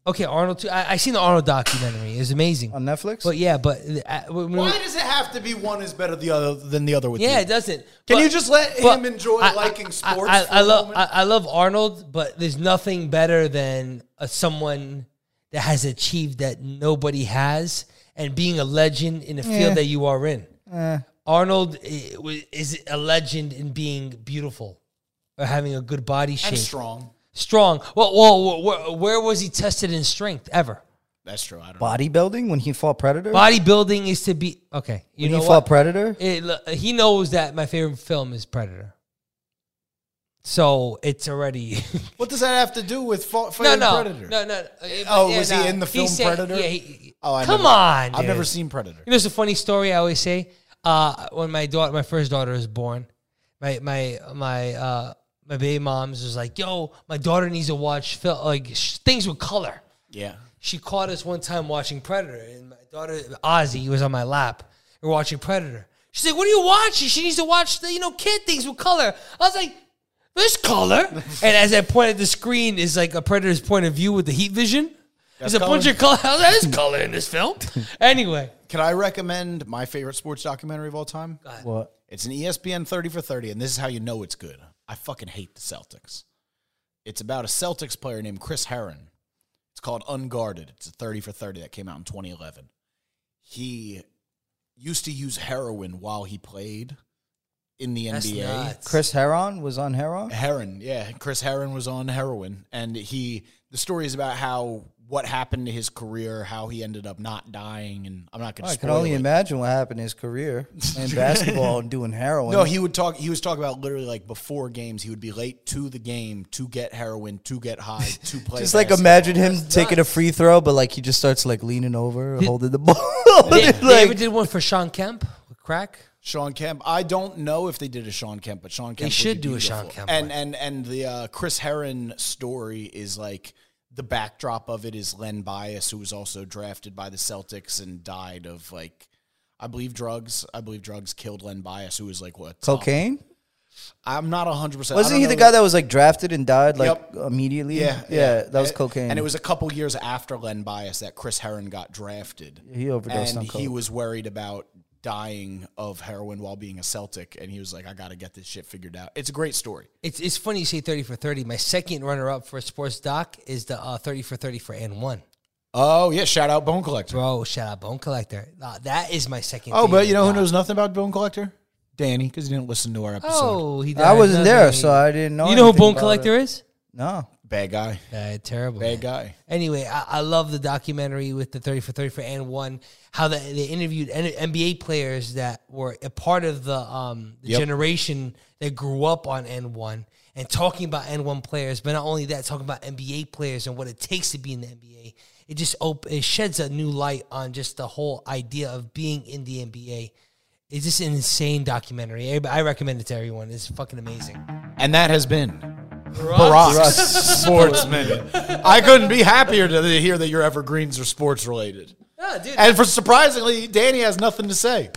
Okay, Arnold too. I, I seen the Arnold documentary. It was amazing
On Netflix?
But yeah, but uh, when- when-
Why does it have to be one is better the other than the other with
yeah,
you?
it doesn't.
Can
But-
you just let
but
him enjoy liking sports?
I, I,
for
I
a
love
moment?
I, I love Arnold, but there's nothing better than uh someone that has achieved that nobody has, and being a legend in the field that you are in.
Eh.
Arnold i- wa- is a legend in being beautiful or having a good body shape,
and strong.
strong. Well, well, where, where was he tested in strength ever?
That's true. I don't. know.
Bodybuilding when he fought Predator?
Bodybuilding is to be okay. You
when
know
he
what?
fought Predator?
it, look, he knows that my favorite film is Predator. So it's already
What does that have to do with fa-
no,
fighting
no,
Predator?
no, no. uh,
Oh,
yeah,
was he
nah.
in the film
said-
Predator?
Yeah. He,
Oh, I
come
never-
on.
I've never
dude.
seen Predator.
You know, it's a funny story. I always say, uh, when my daughter, my first daughter was born, my my my uh, my baby mom's was like, "Yo, my daughter needs to watch fil- like sh- things with color."
Yeah.
she caught us one time watching Predator, and my daughter Ozzy was on my lap. We're watching Predator. She's like, "What are you watching?" She needs to watch the you know kid things with color. I was like, "There's color," and as I pointed at the screen, is like a Predator's point of view with the heat vision. There's a bunch of color. I was like, There's color in this film. anyway,
Can I recommend my favorite sports documentary of all time?
What?
It's an E ESPN 30 for 30, and this is how you know it's good. I fucking hate the Celtics. It's about a Celtics player named Chris Herron. It's called Unguarded. It's a 30 for 30 that came out in 2011. He used to use heroin while he played in the
That's
NBA.
nuts.
Chris Heron was on Heron?
Heron, yeah. Chris Heron was on heroin. And he, the story is about how, what happened to his career, how he ended up not dying. And I'm not going to
I can
spoil
only
it.
imagine what happened in his career playing basketball and doing heroin.
No, he would talk. He was talking about literally like before games, he would be late to the game to get heroin, to get high, to play.
just like
basketball.
imagine him taking a free throw, but like he just starts like leaning over, holding the ball.
they,
Like-
they ever did one for Sean Kemp with crack.
Sean Kemp. I don't know if they did a Sean Kemp, but Sean Kemp. would
should
be
do a Sean
beautiful.
Kemp
And
one.
and and the uh, Chris Heron story is like the backdrop of it is Len Bias, who was also drafted by the Celtics and died of like. I believe drugs. I believe drugs killed Len Bias, who was like what? top-
Cocaine?
I'm not 100. percent
Wasn't he the guy that was like drafted and died like
Yep.
immediately?
Yeah,
yeah, that was
And-
cocaine.
And it was a couple years after Len Bias that Chris Heron got drafted.
He overdosed
and
on
He
coke.
was worried about dying of heroin while being a Celtic, and he was like, "I got to get this shit figured out." It's a great story.
It's it's funny you say thirty for thirty. My second runner up for sports doc is the uh, thirty for thirty for N one.
Oh yeah, shout out Bone Collector.
Bro, shout out Bone Collector. Uh, that is my second.
Oh, but
favorite
you know who
doc.
knows nothing about Bone Collector? Danny, because he didn't listen to our episode.
Oh, he
I wasn't there,
doesn't.
so I didn't know.
You know who
anything
Bone
about
Collector
it.
is?
No,
Bad guy,
Bad, Uh, terrible.
bad
man.
guy.
Anyway, I, I love the documentary with the 30 for 30 for and one, how the, they interviewed N- NBA players that were a part of the, um, the
Yep.
generation that grew up on N1 and talking about N1 players, but not only that, talking about NBA players and what it takes to be in the NBA. It just op- it sheds a new light on just the whole idea of being in the NBA. It's just an insane documentary. I I recommend it to everyone. It's fucking amazing.
And that has been Barack's Sports Minute. I couldn't be happier to hear that your evergreens are sports related.
Yeah, dude.
And for surprisingly, Danny has nothing to say.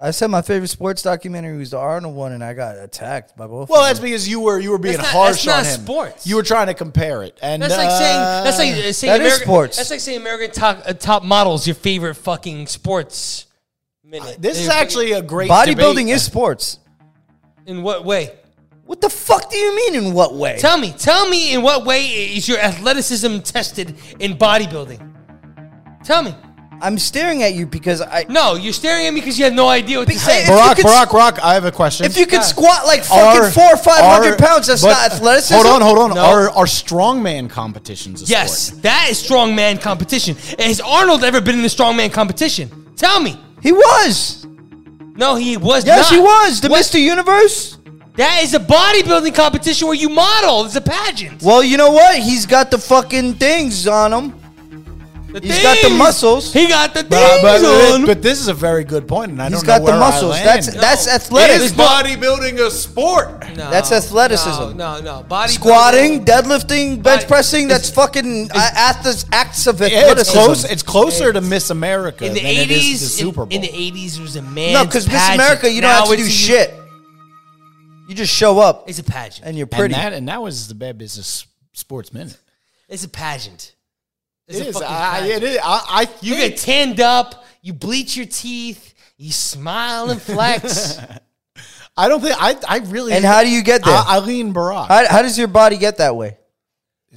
I said my favorite sports documentary was the Arnold one, and I got attacked by both.
Well,
of
that's because you were you were being
That's not-
harsh
that's not
on him.
sports.
You were trying to compare it, and
That's like saying that's like uh, saying
that is
American,
sports.
That's like saying American top uh, top models your favorite fucking sports. Minute.
this is
Your
actually a great
them. bodybuilding
debate.
is sports.
favorite- in what way?
What the fuck do you mean? In what way?
Tell me, tell me in what way is your athleticism tested in bodybuilding? Tell me.
I'm staring at you because I.
No, you're staring at me because you have no idea what to
Because-
say.
If you
Barack,
could-
Barack, Barack. I have a question.
If you could squat like fucking
Are-
four or five
are-
hundred pounds, that's
but-
not athleticism.
Hold on, hold on.
No.
Are are strongman competitions? A
Yes,
sport?
that is strongman competition. Has Arnold ever been in a strongman competition? Tell me.
He was.
No, he was
Yes,
not.
he was the
What-
Mr. Universe.
That is a bodybuilding competition where you model. It's a pageant.
Well, you know what? He's got the fucking things on him. He's got the
things.
muscles.
He got the things
But, but,
on.
but this is a very good point, and I
He's
don't know
got the
where I
muscles. That's
land.
that's
Is
athletics.
bodybuilding a sport?
No,
that's athleticism.
No, no, no. Body
Squatting, deadlifting, bench
Right.
pressing, that's
It's-
fucking uh, athletes- acts of
Yeah, it's
athleticism.
close. It's closer to Miss America
in the
than it is the
eighties, in,
Super Bowl.
in the eighties, was a man.
no, because Miss America, you don't have to do shit. You just show up
It's a pageant.
and you're
and
pretty.
that and that was the bad business sports minute.
It's a pageant. It's
It
a
is.
fucking
I,
pageant.
it is. I, I
You
think-
get tanned up. You bleach your teeth. You smile and flex.
I don't think. I. I really.
And how do you get there?
I, I lean Barack.
How, how does your body get that way?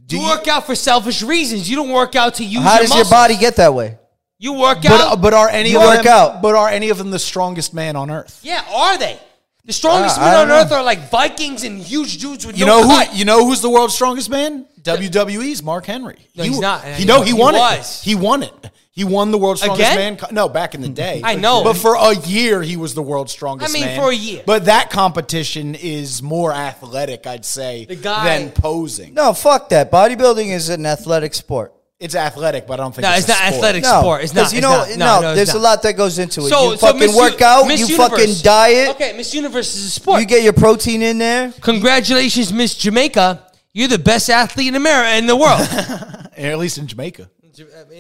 you work out for selfish reasons. You don't work out to use.
How
your
does your
muscles. uh,
body uh, get that way?
You work
but
out.
but are any
You
of
work
them,
out.
But are any of them the strongest man on earth?
yeah, are they? The strongest
Uh, I
men on
don't know.
earth are like Vikings and huge dudes with
You
no
know
cut.
who? You know who's the world's strongest man? WWE's Mark Henry.
No, he's not.
He, no, he
He
won
was.
it. He won it. He won the world's strongest
Again?
man. co- No, back in the day.
I know.
but for a year he was the world's strongest.
I mean,
man.
for a year.
But that competition is more athletic, I'd say,
The guy-
than posing.
No, fuck that. Bodybuilding is an athletic sport.
It's athletic, but I don't think
No,
it's,
it's
a
not
sport.
athletic.
No,
sport. It's not,
'cause You
it's
know,
not. No,
no,
no, it's
there's
not.
a lot that goes into it.
So,
you
so
fucking
Miss U-
work out.
Miss
you
Universe.
fucking diet.
Okay, Miss Universe is a sport.
You get your protein in there.
Congratulations, Miss Jamaica. You're the best athlete in America in the world.
at least in Jamaica.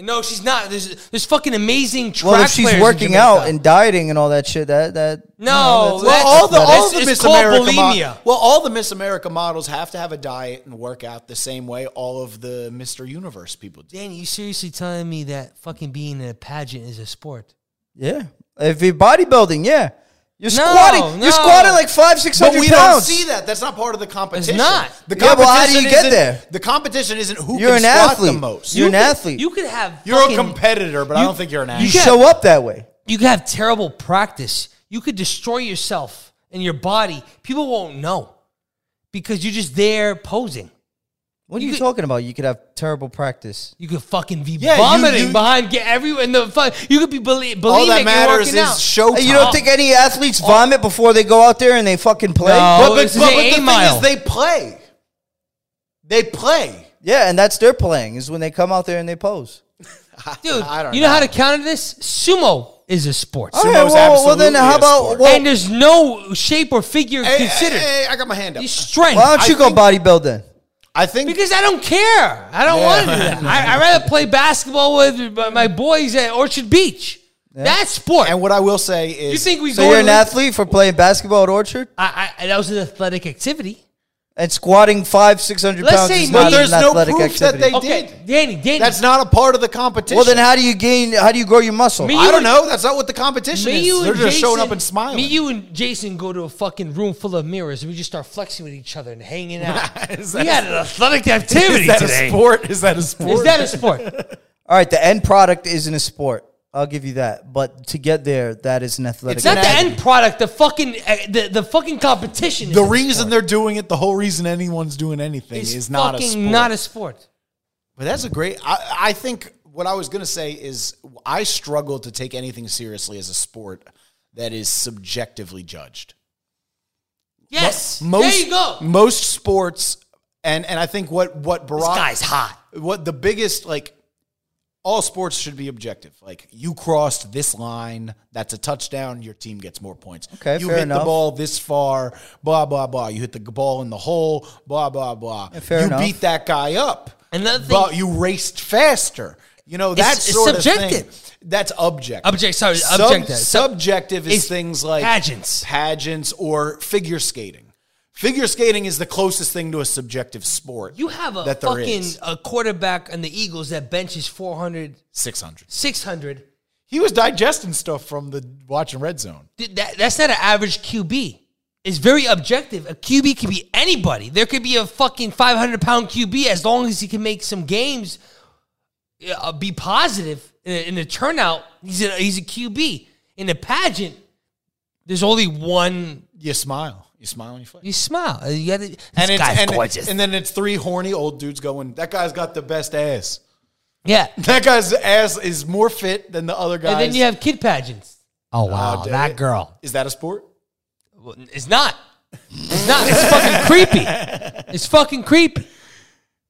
no, she's not. There's there's fucking amazing track
Well, if she's
players in
working
Jamaica.
out and dieting and all that shit, that that
no,
that's-
that's-
Well, all the all
that's-
the
it's
Miss
called
America mo-
bulimia.
well, all the Miss America models have to have a diet and work out the same way all of the Mister Universe people do.
Danny, you seriously telling me that fucking being in a pageant is a sport?
yeah. If you're bodybuilding, yeah, you're
No,
squatting.
no.
You're squatting like five, six
But
hundred
we don't
pounds.
see that. That's not part of the competition.
not.
The
Yeah, well, how do you
competition
get
isn't-
there?
The competition isn't who
You're
can
an
squat
athlete.
the most.
You're
You're,
an
could-
athlete.
You could have
a
fucking-
competitor, but I don't think you're an
you
athlete.
can't-
show up that way.
You could have terrible practice. You could destroy yourself and your body. People won't know because you're just there posing.
What are
You
you,
could-
talking about? You could have terrible practice.
You could fucking be
Yeah, you-
vomiting
you-
behind, get everywhere in the fuck. You could be believe, bulimic
All that
and
matters
working
is
out.
show
Hey, you
time.
don't think any athletes vomit before they go out there and they fucking play?
Oh. No.
But, but,
Oh,
but,
this is
but
an
the
A
thing
mile.
is, they play. They play.
Yeah, and that's their playing is when they come out there and they pose.
Dude,
I don't Oh.
you know, how to counter this? Sumo is a sport.
All right, well, well then
absolutely
how
a
about
sport.
well,
and there's no shape or figure
Hey,
considered.
hey, hey, I got my hand up.
It's strength.
why don't you
I
go
think-
bodybuild then?
I think
Because I don't care. I don't
Yeah.
want to do that. I, I'd rather play basketball with my- my boys at Orchard Beach. That's sport.
And what I will say is,
you think we go
So you're
to
an
the-
athlete for playing basketball at Orchard
I, I, that was an athletic activity.
and squatting five, six hundred
Let's
pounds
say
is
no-
not
But
there's
an
no
athletic
proof that
activity.
they-
Okay,
did.
Danny, Danny.
that's not a part of the competition.
well then, how do you gain? How do you grow your muscle?
Me,
I don't
you-
know. That's not what the competition is. They're just showing up and smiling.
Me, you, and Jason go to a fucking room full of mirrors and we just start flexing with each other and hanging out.
Is
we
that-
had an athletic
is
activity
that
today.
a sport? Is that a sport?
Is that a sport?
All right, the end product isn't a sport. I'll give you that, but to get there, that is an athletic.
It's not the
activity.
end product. The fucking uh, the, the fucking competition. is
the
a
reason
sport.
they're doing it, the whole reason anyone's doing anything
It's
is not a
fucking
sport.
not a sport.
but that's a great. I, I think what I was going to say is I struggle to take anything seriously as a sport that is subjectively judged.
Yes,
Most,
there you go.
Most sports, and and I think what what Barack
this guy's hot.
what the biggest like all sports should be objective. Like you crossed this line, that's a touchdown, your team gets more points.
Okay,
you
fair
hit the
enough.
ball this far, blah blah blah. You hit the ball in the hole, blah blah blah.
fair
you
enough.
beat that guy up.
Another thing-
but you raced faster. You know, that's
it's
sort of
subjective.
thing. That's objective.
Object- sorry,
Sub-
objective. Sub-
subjective is
it's
things like
pageants.
pageants or figure skating. Figure skating is the closest thing to a subjective sport.
You have a
that there
fucking uh,
is.
a quarterback on the Eagles that benches 400,
600.
600.
He was digesting stuff from the watching Red Zone.
Th- That, that's not an average QB. It's very objective. A QB could be anybody. There could be a fucking 500 pound QB as long as he can make some games uh, be positive in, a, in the turnout. He's a, he's a QB. In the pageant, there's only one.
You smile. You smile and you flick.
You smile. Uh, You gotta, this
And, it's,
guy's
and,
gorgeous.
and then it's three horny old dudes going, that guy's got the best ass.
yeah.
That guy's ass is more fit than the other guys.
And then you have kid pageants. Oh, wow.
dude.
that girl.
Is that a sport?
Well, It's not. It's not. It's fucking creepy. It's fucking creepy.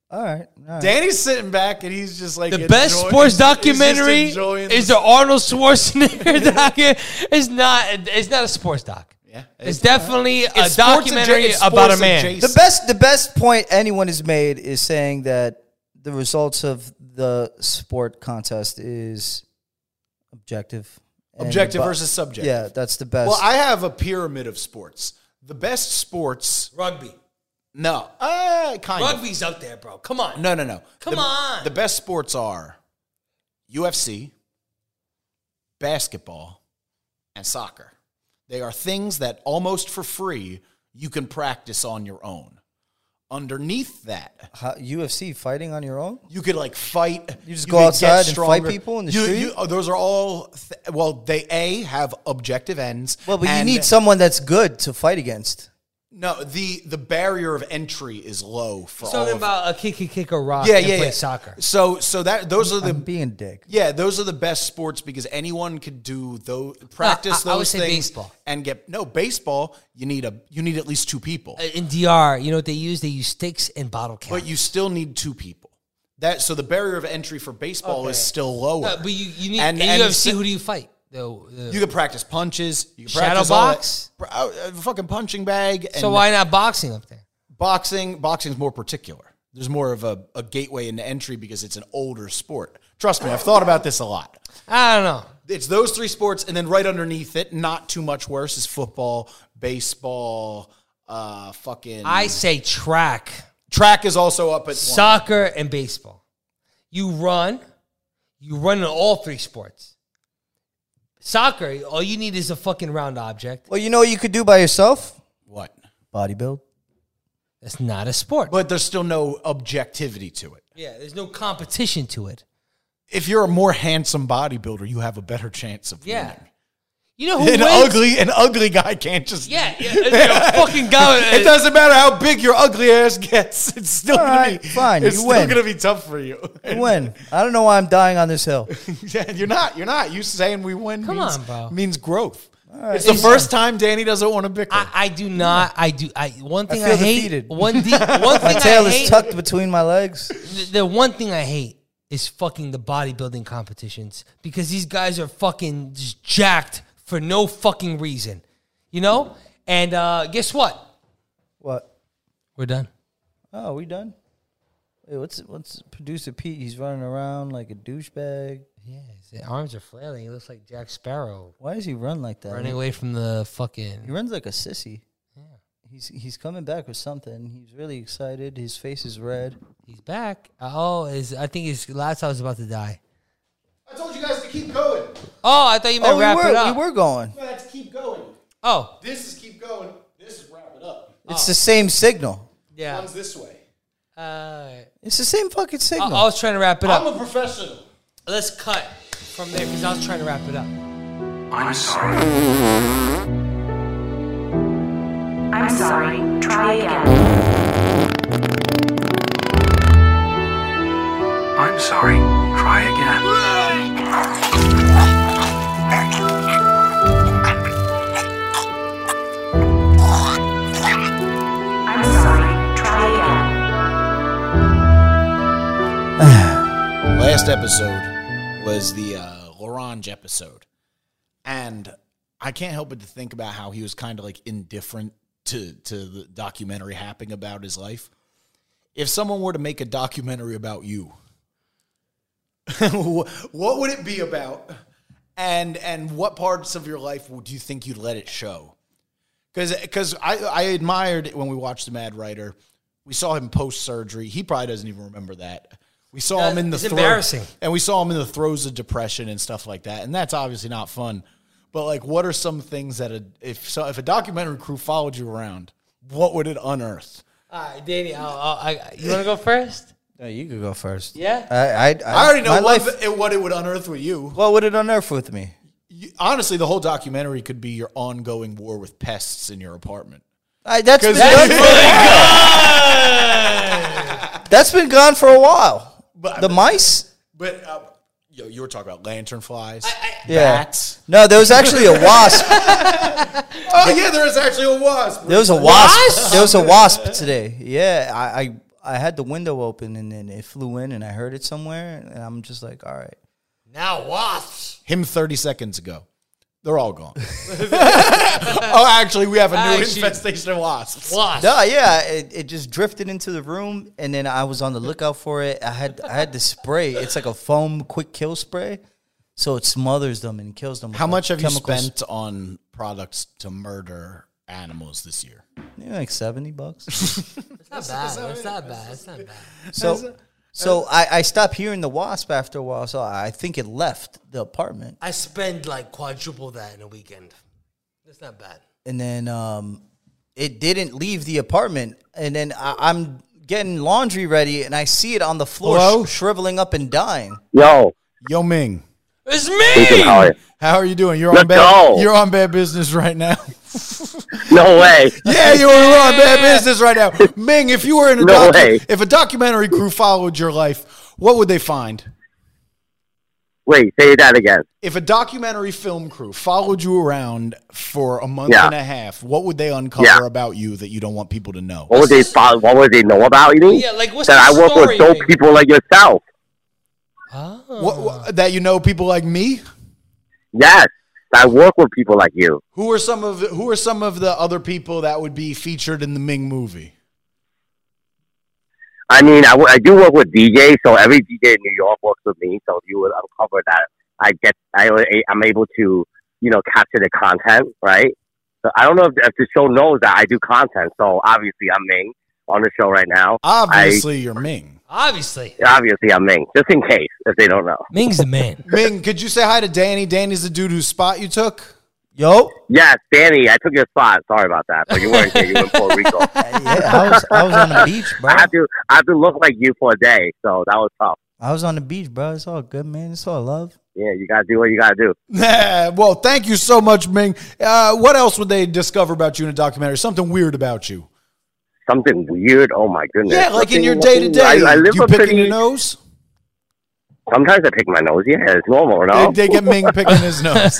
All right. all right.
Danny's sitting back and he's just like
The best
enjoying-
sports
he's just
documentary
enjoying
is the Arnold Schwarzenegger documentary. It's not. It's not a sports doc. Yeah, it's, definitely
It's
a
sports
documentary
adja- it's
about a
sports
man.
adjacent.
The best the best point anyone has made is saying that the results of the sport contest is objective. and
Objective
abo-
versus subjective.
Yeah, that's the best.
Well, I have a pyramid of sports. The best sports.
Rugby.
No, uh, kind of.
Rugby's up there, bro. Come on.
No, no, no.
Come
The-
on.
The best sports are UFC, basketball, and soccer. They are things that almost for free you can practice on your own. Underneath that,
How- UFC fighting on your own?
you could like fight.
You just
could
go
get
outside and fight
stronger.
people in the
You-
street?
you- oh, those are all. Th- well, they a have objective ends.
Well, but you
and-
need someone that's good to fight against.
No, the the barrier of entry is low for all
Something
of
about a kick, kick, kick a rock.
yeah,
and
yeah,
play
yeah.
Soccer.
So so that those are the
I'm being a dick.
yeah those are the best sports because anyone could do those practice
I- I would
those
say
things
baseball.
and get no baseball. You need a you need at least two people,
In DR, you know what they use? They use sticks and bottle caps.
but you still need two people. That so the barrier of entry for baseball is still lower.
No, Uh, but you, you need
And-
in
and
UFC.
so-
who do you fight? The, the-
You can practice punches. You can
Shadow
practice all that-
box?
Bro, uh, fucking punching bag. And
so why not boxing up there?
boxing boxing's more particular there's more of a, a gateway into entry because it's an older sport trust me i've thought about this a lot
I don't know.
it's those three sports and then right underneath it not too much worse is football baseball uh fucking
I say track,
track is also up at one.
soccer, and baseball. You run, you run in all three sports. Soccer, all you need is a fucking round object.
Well, you know what you could do by yourself?
what
Bodybuild.
That's not a sport.
but there's still no objectivity to it
yeah, there's no competition to it.
if you're a more handsome bodybuilder you have a better chance of
Yeah.
winning
You know who
an
wins?
ugly an ugly guy can't just
Yeah, yeah, yeah, fucking guy.
it doesn't matter how big your ugly ass gets. It's still
All
gonna
right,
be
fine,
It's
you
still
win.
gonna be tough for you.
You win. I don't know why I'm dying on this hill.
Yeah, you're not. You're not. You saying we win
Come
means,
on, bro.
means growth. It's the first time Danny doesn't want to bicker.
I, I do not. I do. I one thing I,
feel
hate.
defeated.
One de- one
My
thing
tail
I
is
hate.
tucked between my legs.
the, the one thing I hate is fucking the bodybuilding competitions because these guys are fucking just jacked for no fucking reason, you know. And uh, guess what?
What?
We're done.
Oh, we done? Wait, what's what's producer Pete? He's running around like a douchebag.
Yeah, his arms are flailing. He looks like Jack Sparrow
Why does he run like that?
running away from the
He
fucking.
runs like a sissy. He's he's coming back with something. He's really excited. His face is red.
He's back. Oh, is I think his laptop's about to die.
I told you guys to keep going.
Oh, I thought you meant
Oh, we
wrap it
were,
up.
we were going.
That's keep going.
oh,
This is keep going. This is wrap it up.
It's the same signal.
yeah.
One's this way.
Uh,
It's the same fucking
I,
signal.
I was trying to wrap it up.
I'm a professional.
Let's cut from there because I was trying to wrap it up.
I'm sorry. I'm sorry. Try again. I'm sorry. Try again. I'm sorry. Try again.
Last episode was the uh, Larange episode, and I can't help but to think about how he was kind of like indifferent to to the documentary happening about his life. If someone were to make a documentary about you, wh- what would it be about, and and what parts of your life would you think you'd let it show? Because because I I admired it when we watched the Mad Writer. We saw him post surgery. He probably doesn't even remember that. We saw
Uh,
him in the
it's
thro-
embarrassing.
and we saw him in the throes of depression and stuff like that. And that's obviously not fun. But like, what are some things that a, if so if a documentary crew followed you around, what would it unearth?
All right, Danny, I'll, I'll, I, you want to go first?
No, you could go first.
Yeah?
I I, I,
I already know
my
what,
life.
the- what it would unearth with you.
What would it unearth with me?
You- Honestly, the whole documentary could be your ongoing war with pests in your apartment.
I, that's been
'Cause-
done for a while. that's been gone for a while.
But-
the mice.
But uh, yo, you were talking about lantern flies,
Yeah.
bats.
No, there was actually a wasp.
Oh yeah, there is actually a wasp.
There was a wasp. There was a wasp today. Yeah, I, I I had the window open and then it flew in and I heard it somewhere and I'm just like, all right.
Now wasps.
Him 30 seconds ago. They're all gone. oh, actually, we have a new
Actually-
infestation of wasps.
Wasps.
No, yeah, it, it just drifted into the room and then I was on the lookout for it. I had I had the spray. It's like a foam quick kill spray. So it smothers them and kills them. with,
How
like,
much have you
chemicals.
spent on products to murder animals this year?
Yeah, like 70 bucks.
It's not bad. It's not bad. It's not bad.
So so I, I stopped hearing the wasp after a while, so I think it left the apartment.
I spend like quadruple that in a weekend. That's not bad.
and then um, it didn't leave the apartment. And then I, I'm getting laundry ready, and I see it on the floor
Hello?
sh- shriveling up and dying.
Yo,
Yo, Ming,
It's
Ethan, how are
me.
you?
how are you doing? You're on
Let's
bad.
go.
You're on bad business right now.
No way.
yeah, you are on bad business right now, Ming. If you were in a
No
docu-
way.
if a documentary crew followed your life, what would they find?
Wait, say that again.
If a documentary film crew followed you around for a month
Yeah.
and a half, what would they uncover
Yeah.
about you that you don't want people to know?
What would they follow, What would they know about me?
Yeah, like, what's
that
the
I work
story,
with dope
Nick?
people like yourself.
What- what- that you know people like me.
Yes, I work with people like you.
Who are some of who are some of the other people that would be featured in the Ming movie?
I mean, I, wo- I do work with DJs, so every DJ in New York works with me. So you would uncover that. I get, I, I'm able to, you know, capture the content, right? So I don't know if, if the show knows that I do content. So obviously, I'm Ming on the show right now.
Obviously, you're Ming.
Obviously.
Obviously, I'm Ming, just in case if they don't know.
Ming's the man.
Ming, could you say hi to Danny? Danny's the dude whose spot you took.
Yo,
Yes, Danny, I took your spot. Sorry about that, but you weren't here. You were in Puerto Rico.
yeah, I was I was on the beach, bro.
I have to, I have to look like you for a day. So that was tough.
I was on the beach, bro. It's all good, man. It's all love.
Yeah, you gotta do what you gotta do.
well, thank you so much, Ming. Uh, what else would they discover about you in a documentary? Something weird about you?
Something weird. Oh my goodness.
Yeah, like in
Nothing-
your day to day.
nothing- I I live
You
a
picking your
pretty.
nose?
Sometimes I pick my nose. Yeah, it's normal.
They,
No,
they get Ming picking his nose.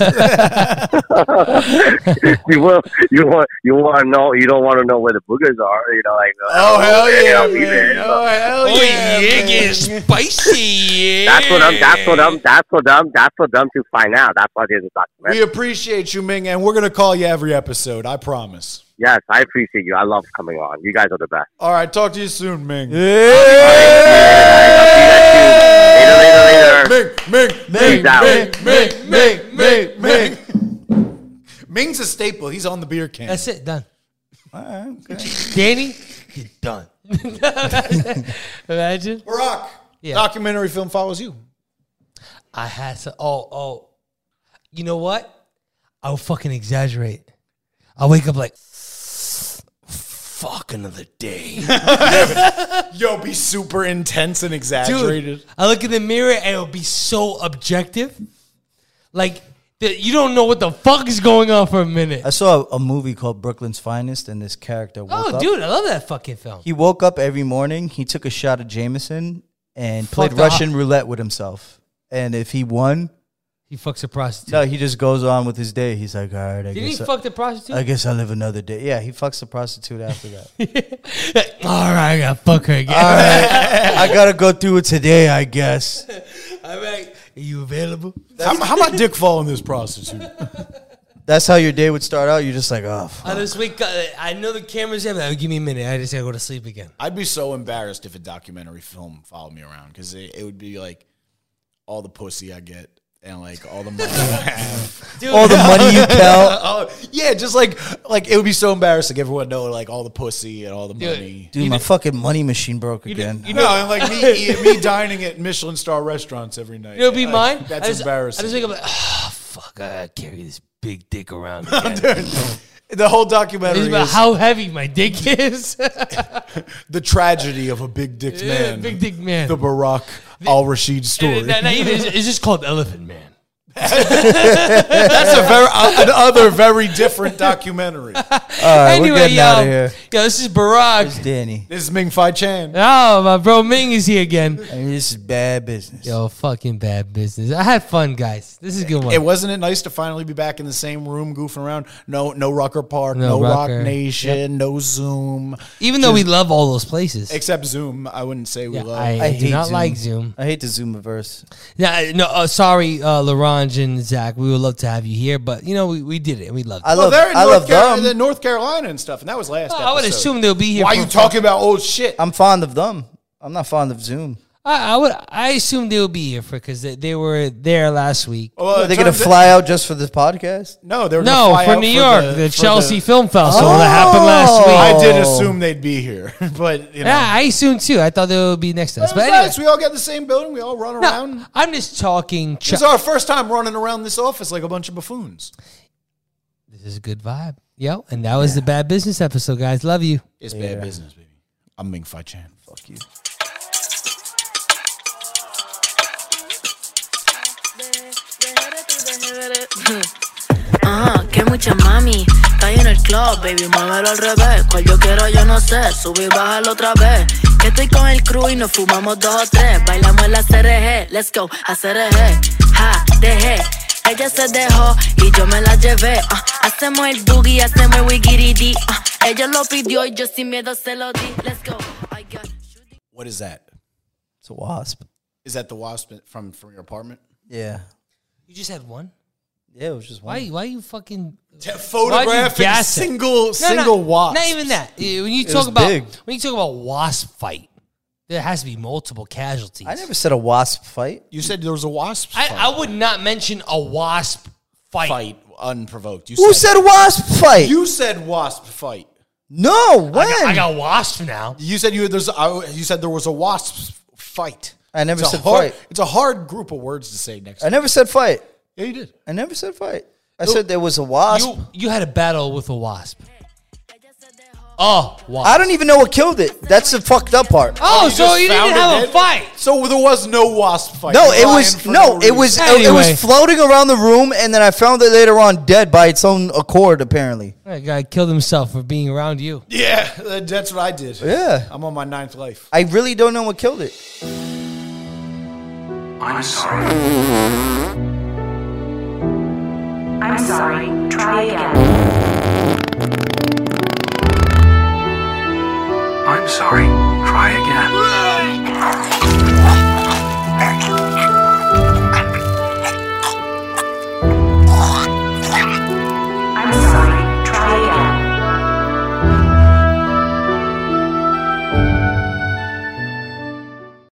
you will. You want. You want to know. You don't want to know where the boogers are. You know, like.
oh hell yeah,
I'll be there.
Ming. Oh hell
Oh
yeah,
yeah,
Ming.
get spicy. Yeah.
That's what I'm. That's what I'm. That's what I'm. That's what I'm to find out. That's why there's a
We
documentary.
appreciate you, Ming, and we're gonna call you every episode. I promise.
Yes, I appreciate you. I love coming on. You guys are the best.
All right, talk to you soon, Ming.
Later, later, later.
Ming, Ming, Ming,
Peace out.
Ming, Ming, Ming, Ming, Ming. Ming's a staple. He's on the beer can.
That's it. Done.
All right, okay.
Danny, you're done. Imagine.
Barack.
Yeah.
Documentary film follows you.
I had to. Oh, oh. You know what? I'll fucking exaggerate. I wake up like, fuck another day,
Yo, be super intense and
dude. I look in the mirror and it'll be so objective, like that you don't know what the fuck is going on for a minute.
I saw a, a movie called Brooklyn's Finest, and this character woke
Oh,
up.
dude, I love that fucking film.
He woke up every morning. He took a shot of Jameson and played
Fucked up.
Russian roulette with himself. And if he won,
He fucks a prostitute.
no, he just goes on with his day. He's like, all right, I
Didn't
guess
he
I-
fuck the prostitute?
I guess I live another day. Yeah, he fucks the prostitute after that.
All right, I gotta fuck her again.
I gotta go through it today, I guess.
I'm like, are you available?
How, how about Dick following this prostitute?
That's how your day would start out. You're just like, oh, fuck.
I just wake up. I know the camera's there, but give me a minute. I just gotta go to sleep again.
I'd be so embarrassed if a documentary film followed me around because it, it would be like all the pussy I get and like all the money I have.
all the money you count.
Oh, yeah, just like like it would be so embarrassing. Everyone know like all the pussy and all the
Dude.
money.
Dude, my fucking money machine broke again.
You
No,
know,
and like me, me dining at Michelin star restaurants every night.
you know it'd be
Like,
mine.
That's
I just,
embarrassing.
I just wake up like, oh, fuck, I gotta carry this big dick around. again."
the whole
It's
documentary
about
is
how heavy my dick is.
the tragedy of a big dick man,
Big dick man.
the Barack Al Rashid story.
Not, not even, it's, it's just called Elephant Man.
That's a very uh, another very different documentary.
right, we're
anyway,
getting
yo,
outta here.
yo, this is Barack.
Danny.
This is Ming Fi Chan.
Oh, my bro Ming is here again.
I mean, this is bad business.
Yo, fucking bad business. I had fun, guys. This is a good one.
It wasn't it nice to finally be back in the same room goofing around? No, no Rucker Park,
No
no,
Rucker.
Rock Nation, no Zoom.
Even though we love all those places.
Except Zoom, I wouldn't say we
Yeah,
love.
I,
I
do
hate
not
Zoom.
like Zoom.
I hate the Zoomiverse.
Yeah, no, uh, sorry, uh, LaRange and Zach. We would love to have you here, but you know we, we did it and we loved it.
I
well,
love.
they're in
I
North,
love
Car-
them.
they're in North Carolina and stuff, and that was last.
I would
episode.
assume they'll be here.
Why are
for-
you talking about old shit?
I'm fond of them. I'm not fond of Zoom.
I, I would. I assume they'll be here for because they, they were there last week.
Well,
Are they
it
gonna
turns-
fly out just for this podcast?
No, they were gonna
No,
fly
for
out
New York, the,
for
Chelsea
the-
Film Festival that happened last week.
I
Oh.
did assume they'd be here, but you know,
yeah, I assume too. I thought they would be next to us,
It was
but anyway,
nice. We all got the same building. We all run around.
no, I'm just talking. Ch-
This is our first time running around this office like a bunch of buffoons.
this is a good vibe, yo. And that was the bad business episode, guys. Love you.
It's bad business, baby. I'm Ming Fi Chan. Fuck you.
Ah, que mucha mami. Está en el club, baby, muévelo al revés. Cual yo quiero, yo no sé. Sube y bájalo otra vez. Que estoy con el crew y nos fumamos dos o tres. Bailamos en la CRG, let's go, a CRG. Ja, dejé. Ella se dejó y yo me la llevé. Ah, hacemos el boogie, hacemos el wigiridi. Ah, ella lo pidió y yo sin miedo se lo di. Let's go. I got
What is that?
It's a wasp.
Is that the wasp from from your apartment?
Yeah.
You just had one.
Yeah, it was just one.
Why? Why you fucking?
photograph a
gas it?
single
No,
single
not,
wasp.
Not even that. Eh, When you
was
talk about
big.
when you talk about wasp fight, there has to be multiple casualties.
I never said a wasp fight.
You said there was a wasp
I,
fight.
I would not mention a wasp fight.
fight unprovoked. You
Who
said,
said wasp fight?
you said wasp fight.
no, when?
I, got, I got wasp now.
You said you there's I, you said there was a wasp fight.
I never
it's a
said
hard,
fight.
It's a hard group of words to say next.
I
time.
never said fight.
Yeah, you did.
I never said fight. I said there was a wasp.
You you had a battle with a wasp. Oh, wasp.
I don't even know what killed it. That's the fucked up part.
Oh,
You
so
just
you didn't
found
have
it
a
dead?
fight.
So there was no wasp fight.
No,
You're
it
lying
was
for
no, it
reason.
was it
Anyway.
was floating around the room, and then I found it later on dead by its own accord. Apparently,
That guy killed himself for being around you.
Yeah, that- that's what I did.
Yeah.
I'm on my ninth life.
I really don't know what killed it.
I'm sorry. I'm sorry. Try again. I'm sorry. Try again.